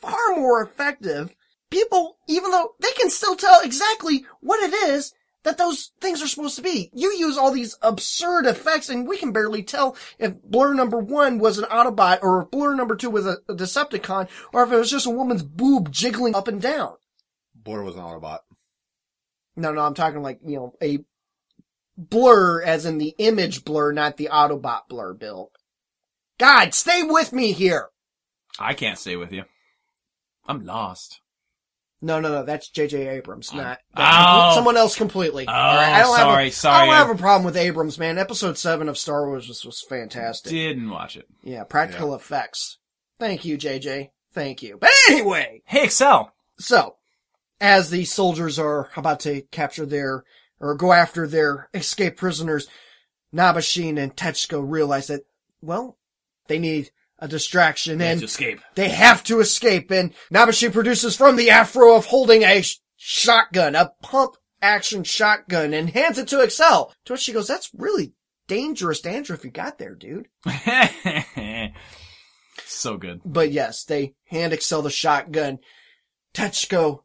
S4: far more effective. People, even though they can still tell exactly what it is that those things are supposed to be. You use all these absurd effects and we can barely tell if blur number one was an Autobot or if blur number two was a, a Decepticon or if it was just a woman's boob jiggling up and down.
S1: Blur was an Autobot.
S4: No, no, I'm talking like, you know, a blur as in the image blur, not the Autobot blur, Bill. God, stay with me here.
S5: I can't stay with you. I'm lost.
S4: No, no, no. That's J.J. Abrams, not
S5: Oh.
S4: someone else completely.
S5: Oh,
S4: All
S5: sorry,
S4: have a,
S5: sorry.
S4: I don't have a problem with Abrams, man. Episode seven of Star Wars was, was fantastic.
S5: Didn't watch it.
S4: yeah, practical effects. Thank you, J.J. Thank you. But anyway,
S5: Hey, Excel.
S4: so as the soldiers are about to capture their or go after their escaped prisoners, Nabashin and Tetsuko realize that well, they need a distraction and
S5: escape.
S4: they have to escape, and Nabashi produces from the afro of holding a sh- shotgun, a pump action shotgun, and hands it to Excel. To which she goes, that's really dangerous dandruff you got there, dude.
S5: so good.
S4: But yes, they hand Excel the shotgun. Tetchko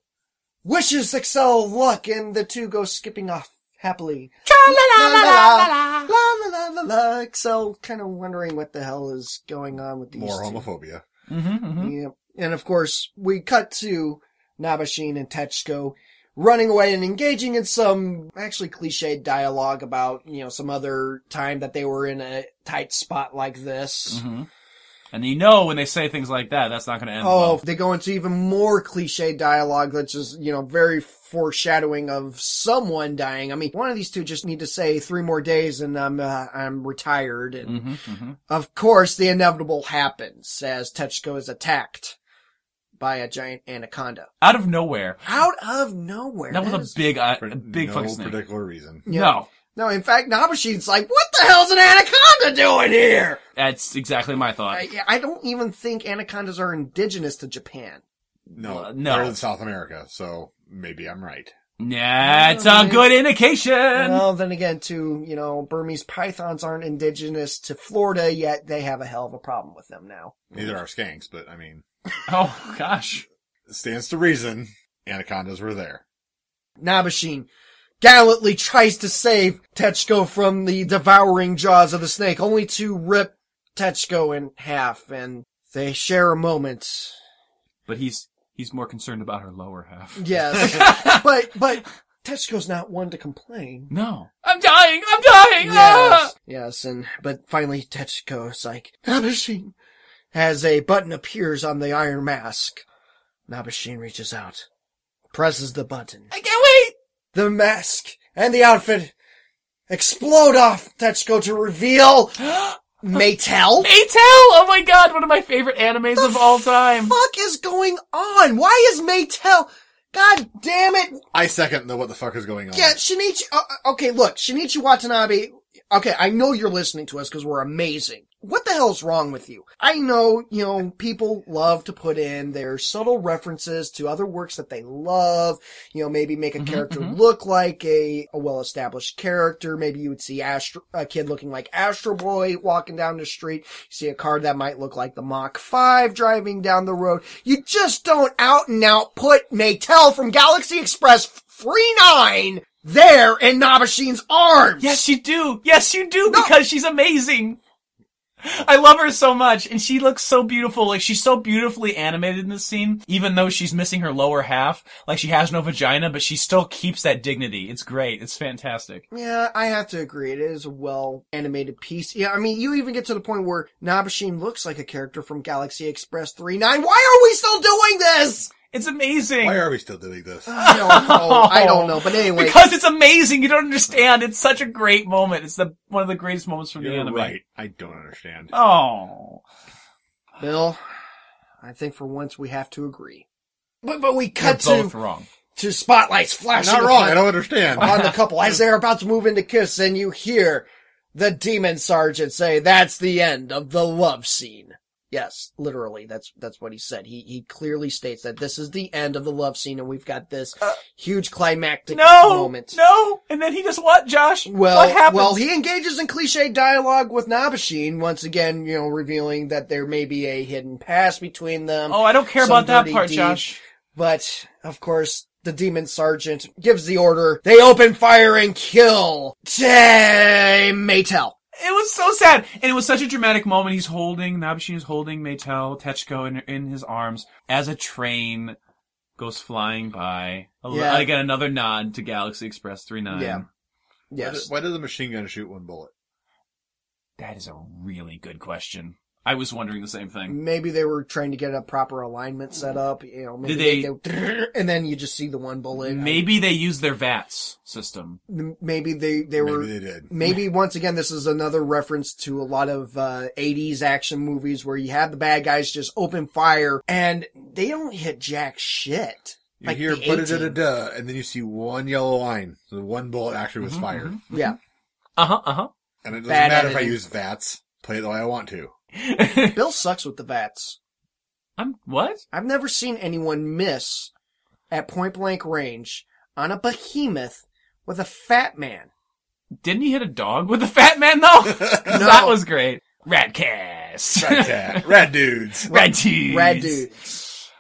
S4: wishes Excel luck, and the two go skipping off happily. La la la la la la la. Excel kind of wondering what the hell is going on with these.
S1: More
S4: two.
S1: homophobia.
S5: Mm-hmm,
S4: Yeah. And of course, we cut to Nabashin and Tetsuko running away and engaging in some actually cliched dialogue about, you know, some other time that they were in a tight spot like
S5: Mm-hmm.
S4: this.
S5: And you know when they say things like that, that's not going to end
S4: Oh,
S5: well.
S4: they go into even more cliche dialogue that's just, you know, very foreshadowing of someone dying. I mean, one of these two just need to say three more days and I'm, uh, I'm retired. And
S5: Mm-hmm,
S4: of course, the inevitable happens as Tetsuko is attacked by a giant anaconda.
S5: Out of nowhere.
S4: out of nowhere.
S5: That was
S4: is-
S5: a big, uh,
S1: For
S5: a big
S1: no
S5: fucking snake.
S1: particular reason.
S4: Yeah.
S5: No,
S4: No, in fact, Nabashin's like, what the hell's an anaconda doing here?
S5: that's exactly my thought.
S4: I, I don't even think anacondas are indigenous to Japan.
S1: No,
S5: Uh, no.
S1: They're in South America, so maybe I'm right.
S5: Nah, it's a good indication.
S4: Well, then again, too, you know, Burmese pythons aren't indigenous to Florida, yet they have a hell of a problem with them now.
S5: Mm.
S1: Neither are skanks, but I mean,
S5: Oh gosh.
S1: it stands to reason anacondas were there.
S4: Nabashin gallantly tries to save Tetsuko from the devouring jaws of the snake, only to rip Tetsuko in half, and they share a moment
S5: But he's he's more concerned about her lower half.
S4: Yes. but but Tetsuko's not one to complain.
S5: No. I'm dying. I'm dying.
S4: Yes. Yes, and but finally Tetsuko is like, Nabashin as a button appears on the iron mask. Nabashin reaches out, presses the button.
S5: I can't wait.
S4: The mask and the outfit explode off Tetsuko to reveal Maytel.
S5: Atel. Oh my god, one of my favorite animes of all time.
S4: What the fuck is going on? Why is Maytel? God damn it!
S1: I second the what the fuck is going on.
S4: Yeah, Shinichi. Uh, okay, look, Shinichi Watanabe. Okay, I know you're listening to us because we're amazing. What the hell's wrong with you? I know, you know, people love to put in their subtle references to other works that they love. You know, maybe make a character look like a, a well-established character. Maybe you would see Astro, a kid looking like Astro Boy walking down the street. You see a car that might look like the Mach 5 driving down the road. You just don't out and out put Maytel from Galaxy Express 39 there in Nabashin's arms.
S5: Yes, you do. Yes, you do because she's amazing. I love her so much and she looks so beautiful. Like she's so beautifully animated in this scene, even though she's missing her lower half. Like she has no vagina, but she still keeps that dignity. It's great. It's fantastic.
S4: Yeah, I have to agree. It is a well animated piece. Yeah, I mean, you even get to the point where Nabashin looks like a character from Galaxy Express 39. Why are we still doing this?
S5: It's amazing.
S1: Why are we still doing this?
S4: I don't know. I don't know. But anyway.
S5: Because it's amazing. You don't understand. It's such a great moment. It's the one of the greatest moments from the
S1: You're
S5: anime.
S1: right. I don't understand.
S4: Ah.
S5: Oh.
S4: Bill, I think for once we have to agree. But but we cut
S5: You're both
S4: to,
S5: wrong.
S4: to spotlights
S1: I'm
S4: flashing
S1: not wrong. I
S4: upon-
S1: don't understand.
S4: on the couple as they're about to move into kiss, and you hear the demon sergeant say, "That's the end of the love scene." Yes, literally, that's that's what he said. He he clearly states that this is the end of the love scene, and we've got this huge climactic
S5: Uh, No.
S4: moment.
S5: No. And then he just what, Josh?
S4: Well,
S5: what happens?
S4: well, he engages in cliche dialogue with Nabashin once again, you know, revealing that there may be a hidden past between them.
S5: Oh, I don't care
S4: some
S5: about that
S4: dirty
S5: part,
S4: deed.
S5: Josh.
S4: But of course, the demon sergeant gives the order. They open fire and kill Tay Maytel.
S5: It was so sad. And it was such a dramatic moment. He's holding, Nabashin is holding Maytel, Tetsuko in, in his arms as a train goes flying by. A li-
S4: Yeah.
S5: Again, another nod to Galaxy Express 39.
S4: Yeah.
S1: Why does-
S4: Yes.
S1: Why does a machine gun shoot one bullet?
S5: That is a really good question. I was wondering the same thing.
S4: Maybe they were trying to get a proper alignment set up. You know, maybe
S5: Did
S4: go, and then you just see the one bullet.
S5: Maybe they use their VATS system.
S4: M- Maybe they they were.
S1: Maybe they did.
S4: Maybe once again, this is another reference to a lot of uh, 80s action movies where you have the bad guys just open fire and they don't hit jack shit.
S1: You
S4: Like
S1: hear
S4: the
S1: but
S4: 18.
S1: da and then you see one yellow line. So one bullet actually was fired.
S4: Yeah.
S5: Uh huh, uh huh.
S1: And it doesn't
S4: Mm-hmm, Bad
S1: matter if I
S4: editing.
S1: use VATS. Play it the way I want to.
S4: uh-huh. Bill sucks with the vats.
S5: I'm, what?
S4: I've never seen anyone miss at point blank range on a behemoth with a fat man.
S5: Didn't he hit a dog with a fat man though? 'Cause That was great. Ratcast.
S1: Yeah, rad dudes.
S5: Rad dudes.
S4: Rad dude.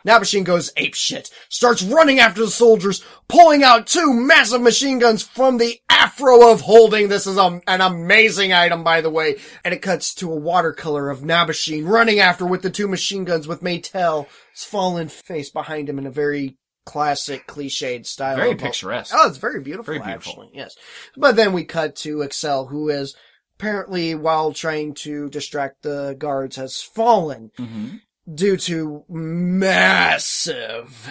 S4: Now machine goes ape shit, starts running after the soldiers, pulling out two massive machine guns from the afro of holding. This is a, an amazing item, by the way. And it cuts to a watercolor of Nabashin running after with the two machine guns with Maytel's fallen face behind him in a very classic, cliched style.
S5: Very
S4: of-
S5: picturesque.
S4: Oh, it's very beautiful,
S5: Very beautiful.
S4: actually. Yes. But then we cut to Excel, who is apparently, while trying to distract the guards, has fallen
S5: Mm-hmm.
S4: due to massive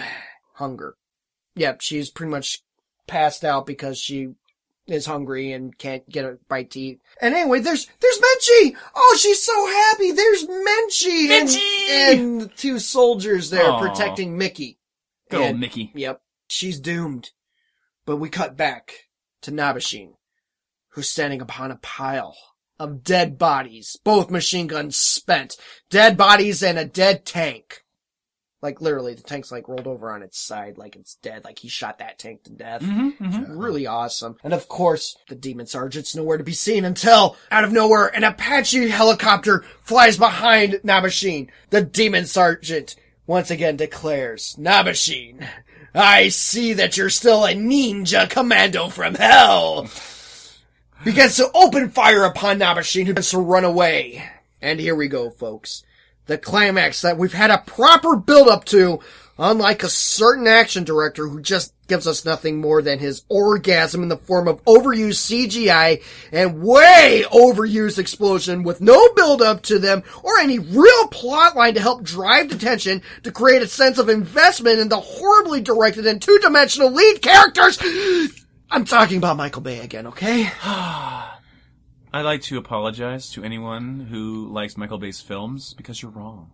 S4: hunger. Yep, she's pretty much passed out because she is hungry and can't get a bite to eat. And anyway, there's there's Menchie. Oh, she's so happy. There's Menchie. and-
S5: Menchie!
S4: and, the two soldiers there
S5: Aw.
S4: protecting Mickey.
S5: Good old
S4: And-
S5: Mickey.
S4: Yep, she's doomed. But we cut back to Nabashin, who's standing upon a pile of dead bodies, both machine guns spent, dead bodies and a dead tank. Like literally, the tank's like rolled over on its side, like it's dead, like he shot that tank to death.
S5: Mm-hmm.
S4: Really awesome. And of course, the demon sergeant's nowhere to be seen until, out of nowhere, an Apache helicopter flies behind Nabashin. The demon sergeant once again declares, Nabashin, I see that you're still a ninja commando from hell. Begins to open fire upon Nabashin, who begins to run away. And here we go, folks the climax that we've had a proper build up to, unlike a certain action director who just gives us nothing more than his orgasm in the form of overused CGI and way overused explosion with no build up to them or any real plot line to help drive attention to create a sense of investment in the horribly directed and two dimensional lead characters. I'm talking about Michael Bay again, okay?
S5: I'd like to apologize to anyone who likes Michael Bay's films because you're wrong.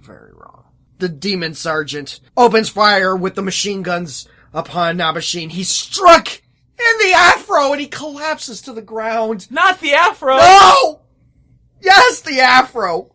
S4: very wrong. The demon sergeant opens fire with the machine guns upon Nabashin. He's struck in the afro and he collapses to the ground.
S5: Not the afro.
S4: No! Yes, the afro!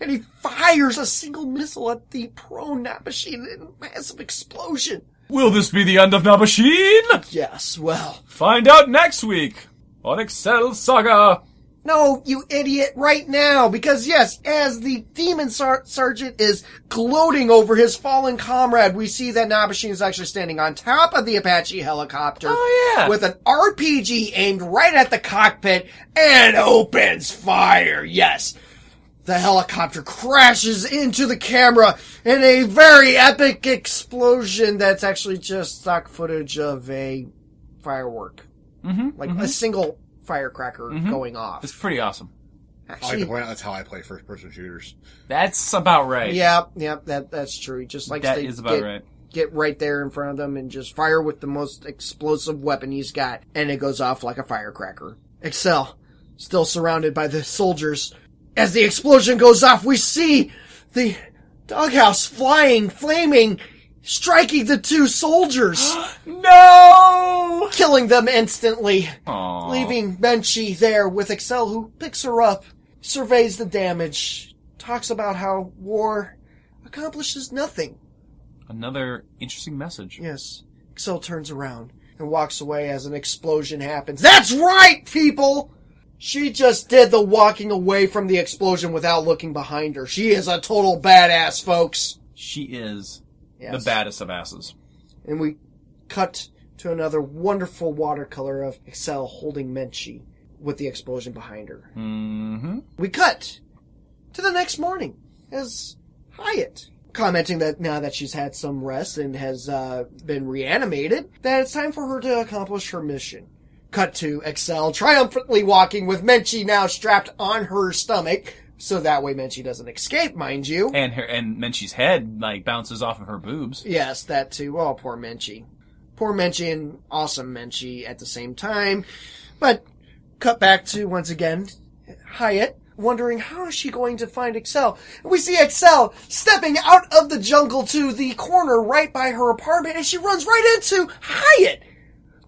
S4: And he fires a single missile at the prone Nabashin in a massive explosion.
S5: Will this be the end of Nabashin?
S4: Yes, well.
S5: Find out next week on Excel Saga.
S4: No, you idiot, right now, because yes, as the demon ser- sergeant is gloating over his fallen comrade, we see that Nabashin is actually standing on top of the Apache helicopter
S5: Oh, yeah.
S4: with an RPG aimed right at the cockpit and opens fire. Yes. The helicopter crashes into the camera in a very epic explosion that's actually just stock footage of a firework. Mm-hmm, like a single firecracker going off.
S5: Mm-hmm. It's pretty awesome.
S1: I like
S4: Actually,
S1: to point out that's how I play first person shooters.
S5: That's about right.
S4: yeah, yeah, that that's true. He just likes
S5: That
S4: to
S5: is about
S4: get,
S5: right.
S4: get right there in front of them and just fire with the most explosive weapon he's got, and it goes off like a firecracker. Excel, still surrounded by the soldiers, as the explosion goes off, we see the doghouse flying, flaming, striking the two soldiers,
S5: No!
S4: killing them instantly.
S5: Aw.
S4: leaving Benchi there with Excel, who picks her up, surveys the damage, talks about how war accomplishes nothing.
S5: Another interesting message.
S4: Yes, Excel turns around and walks away as an explosion happens. That's right, people! She just did the walking away from the explosion without looking behind her. She is a total badass, folks.
S5: She is
S4: Yes.
S5: the baddest of asses.
S4: and we cut to another wonderful watercolor of Excel holding Menchi with the explosion behind her. Mm-hmm. We cut to the next morning as Hyatt commenting that now that she's had some rest and has uh, been reanimated, that it's time for her to accomplish her mission. Cut to Excel triumphantly walking with Menchi now strapped on her stomach, so that way Menchi doesn't escape, mind you.
S5: And her and Menchie's head like bounces off of her boobs.
S4: Yes, that too. Oh, poor Menchie. Poor Menchie and awesome Menchie at the same time. But cut back to, once again, Hyatt wondering how is she going to find Excel. And we see Excel stepping out of the jungle to the corner right by her apartment and she runs right into Hyatt,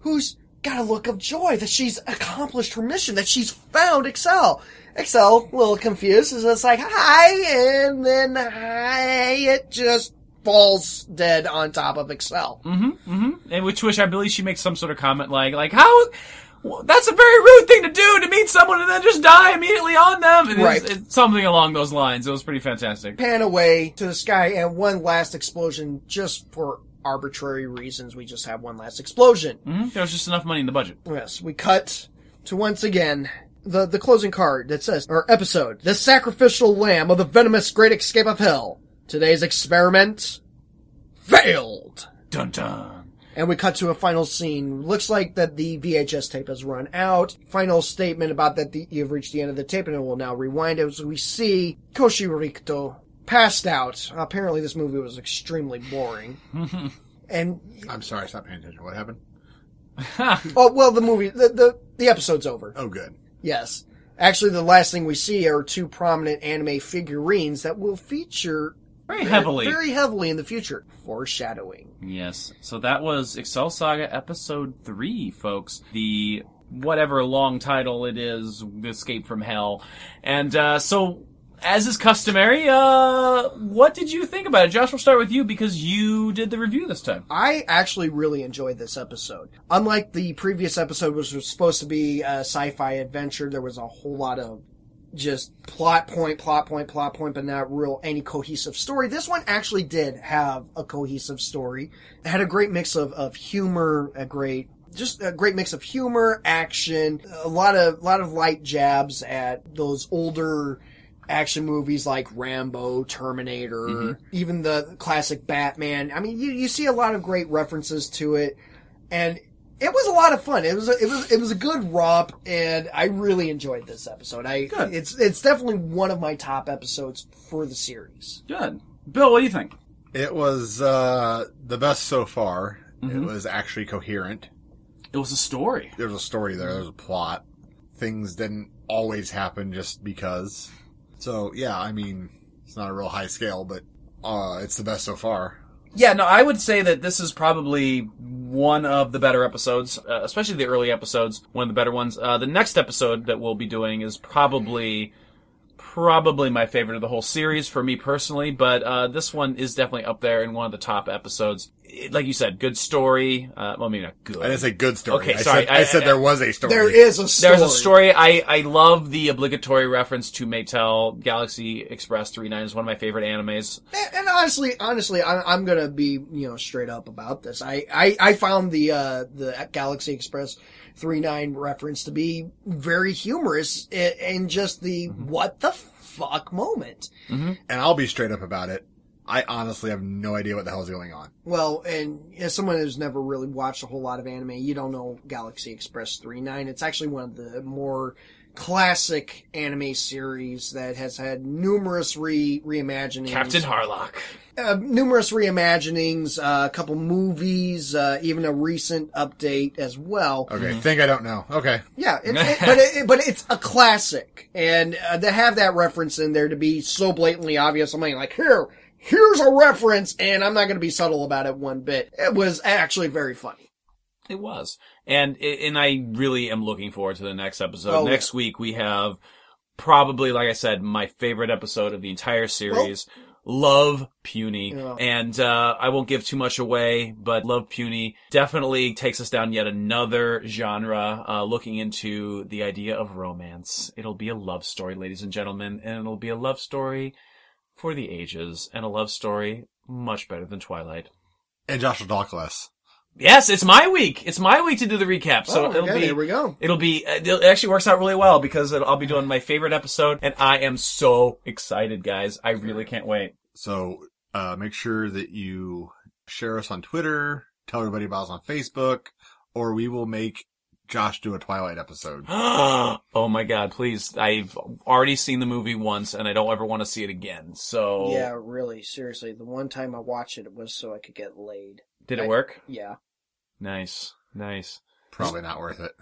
S4: who's got a look of joy that she's accomplished her mission, that she's found Excel. Excel, a little confused, is just like, hi, and then Hyatt just falls dead on top of Excel.
S5: And which, which I believe she makes some sort of comment like, like how, well, that's a very rude thing to do to meet someone and then just die immediately on them. It is-
S4: Right.
S5: it's something along those lines. It was pretty fantastic.
S4: Pan away to the sky and one last explosion just for arbitrary reasons. We just have one last explosion.
S5: Mhm. There was just enough money in the budget.
S4: Yes, we cut to once again the, the closing card that says, or episode, the sacrificial lamb of the venomous great escape of hell. Today's experiment failed.
S5: Dun dun.
S4: And we cut to a final scene. Looks like that the VHS tape has run out. Final statement about that the, you've reached the end of the tape and it will now rewind as we see Koshi Rikto passed out. Apparently this movie was extremely boring. and,
S1: I'm sorry, stop paying attention. What happened?
S4: oh, well, the movie, the, the, the episode's over.
S1: Oh, good.
S4: Yes. Actually, the last thing we see are two prominent anime figurines that will feature
S5: Very heavily.
S4: very heavily in the future. Foreshadowing.
S5: Yes. So that was Excel Saga episode three, folks. The whatever long title it is, Escape from Hell. And uh, so, as is customary, uh, what did you think about it? Josh, we'll start with you because you did the review this time.
S4: I actually really enjoyed this episode. Unlike the previous episode, which was supposed to be a sci-fi adventure, there was a whole lot of just plot point, plot point, plot point, but not real any cohesive story. This one actually did have a cohesive story. It had a great mix of, of humor, a great just a great mix of humor, action, a lot of lot of light jabs at those older action movies like Rambo, Terminator, even the classic Batman. I mean, you, you see a lot of great references to it and it was a lot of fun. It was a, it was it was a good romp, and I really enjoyed this episode. I
S5: Good.
S4: it's it's definitely one of my top episodes for the series.
S5: Good. Bill, what do you think?
S1: It was uh, the best so far.
S5: Mm-hmm.
S1: It was actually coherent.
S5: It was a story.
S1: There was a story there. There was a plot. Things didn't always happen just because. So yeah, I mean, it's not a real high scale, but uh, it's the best so far.
S5: Yeah, no, I would say that this is probably one of the better episodes, uh, especially the early episodes, one of the better ones. Uh, the next episode that we'll be doing is probably, probably my favorite of the whole series for me personally, but, uh, this one is definitely up there in one of the top episodes. It, like you said, good story. Uh, well, maybe not good.
S1: I didn't say good story.
S5: Okay,
S1: I
S5: sorry,
S1: Said,
S5: I-
S1: I, said
S5: I-
S1: there was a story.
S4: There is a story.
S5: There's a story. I, I love the obligatory reference to Maytel Galaxy Express 39 is one of my favorite animes.
S4: And- and honestly, honestly, I'm, I'm gonna be you know straight up about this. I I, I found the uh, the Galaxy Express 39 reference to be very humorous a- and just the
S5: Mm-hmm.
S4: what the fuck moment.
S1: and I'll be straight up about it. I honestly have no idea what the hell's going on.
S4: Well, and as someone who's never really watched a whole lot of anime, you don't know Galaxy Express 39. It's actually one of the more classic anime series that has had numerous re reimaginings.
S5: Captain Harlock.
S4: uh, numerous reimaginings, uh, a couple movies, uh, even a recent update as well.
S1: Okay,
S5: Mm-hmm.
S1: think I don't know. Okay,
S4: Yeah, it's, it, but it, but it's a classic, and uh, to have that reference in there to be so blatantly obvious, I'm like, here, here's a reference, and I'm not going to be subtle about it one bit. It was actually very funny.
S5: It was, and and I really am looking forward to the next episode.
S4: Oh,
S5: next week we have probably, like I said, my favorite episode of the entire series. Love Puny,
S4: Yeah.
S5: and uh, I won't give too much away, but Love Puny definitely takes us down yet another genre, uh, looking into the idea of romance. It'll be a love story, ladies and gentlemen, and it'll be a love story for the ages, and a love story much better than Twilight.
S1: and Josh will talk less.
S5: Yes, it's my week. It's my week to do the recap. So
S4: Oh,
S5: it'll
S4: yeah,
S5: be
S4: there we go.
S5: It'll be uh, it actually works out really well because it'll, I'll be doing my favorite episode, and I am so excited, guys. I really can't wait.
S1: So uh, make sure that you share us on Twitter, tell everybody about us on Facebook, or we will make Josh do a Twilight episode.
S5: oh my god, please! I've already seen the movie once, and I don't ever want to see it again. So
S4: Yeah, really, seriously, the one time I watched it, it was so I could get laid.
S5: did it
S4: I-
S5: work?
S4: Yeah.
S5: Nice, nice.
S1: Probably not worth it.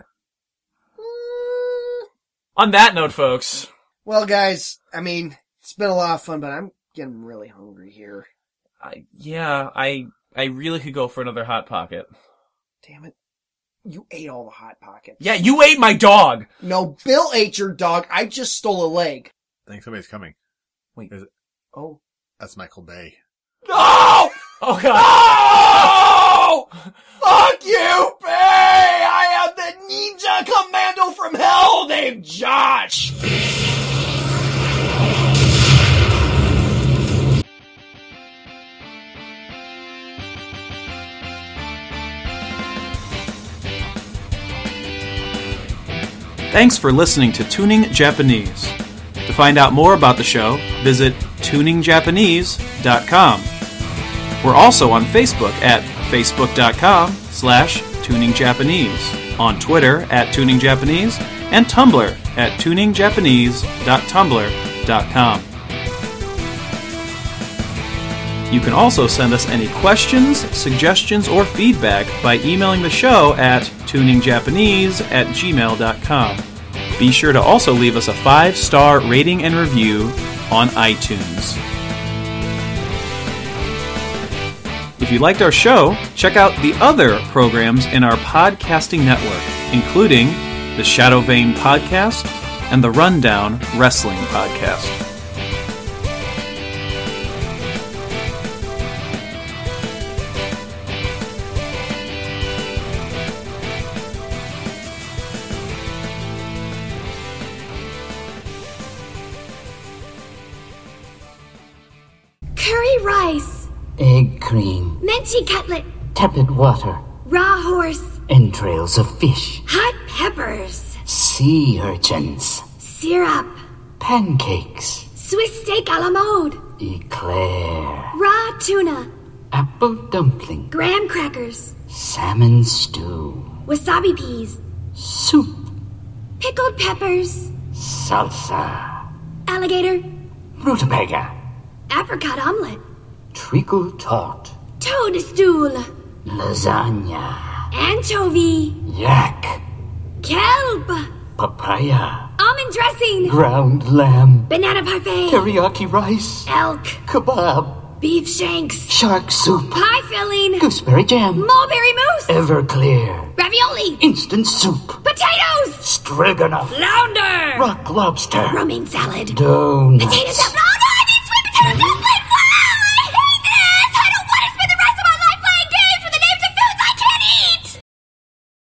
S5: On that note, folks,
S4: Well, guys, I mean, it's been a lot of fun, but I'm getting really hungry here.
S5: I, yeah, I I really could go for another hot pocket.
S4: Damn it. You ate all the Hot Pockets.
S5: Yeah, you ate my dog.
S4: No, Bill ate your dog. I just stole a leg.
S1: I think somebody's coming.
S5: Wait.
S1: Is it-
S4: Oh.
S1: that's Michael Bay.
S5: No.
S7: No! Oh god. No! Fuck you, Bay! I am the ninja commando from hell named Josh! Thanks for listening to Tuning Japanese. To find out more about the show, visit tuningjapanese.com. We're also on Facebook at facebook.com slash tuningjapanese, on Twitter at tuningjapanese, and Tumblr at tuningjapanese.tumblr.com. You can also send us any questions, suggestions, or feedback by emailing the show at tuningjapanese at gmail.com. Be sure to also leave us a five star rating and review on iTunes. If you liked our show, check out the other programs in our podcasting network, including the Shadow Vein Podcast and the Rundown Wrestling Podcast.
S2: Curry rice,
S8: Egg cream,
S2: menti cutlet,
S8: tepid water,
S2: raw horse,
S8: entrails of fish,
S2: hot peppers,
S8: sea urchins,
S2: syrup,
S8: pancakes,
S2: Swiss steak a la mode,
S8: eclair,
S2: raw tuna,
S8: apple dumpling,
S2: graham crackers,
S8: salmon stew,
S2: wasabi peas,
S8: soup,
S2: pickled peppers,
S8: salsa,
S2: alligator,
S8: rutabaga,
S2: apricot omelet,
S8: treacle tart,
S2: toadstool,
S8: lasagna,
S2: anchovy,
S8: yak,
S2: kelp,
S8: papaya,
S2: almond dressing,
S8: ground lamb,
S2: banana parfait,
S8: teriyaki rice,
S2: elk,
S8: kebab,
S2: beef shanks,
S8: shark soup,
S2: pie filling,
S8: gooseberry jam,
S2: mulberry mousse,
S8: everclear,
S2: ravioli,
S8: instant soup,
S2: potatoes,
S8: stroganoff,
S2: flounder,
S8: rock lobster.
S2: romaine salad, Oh,
S8: Donuts.
S2: potato salad.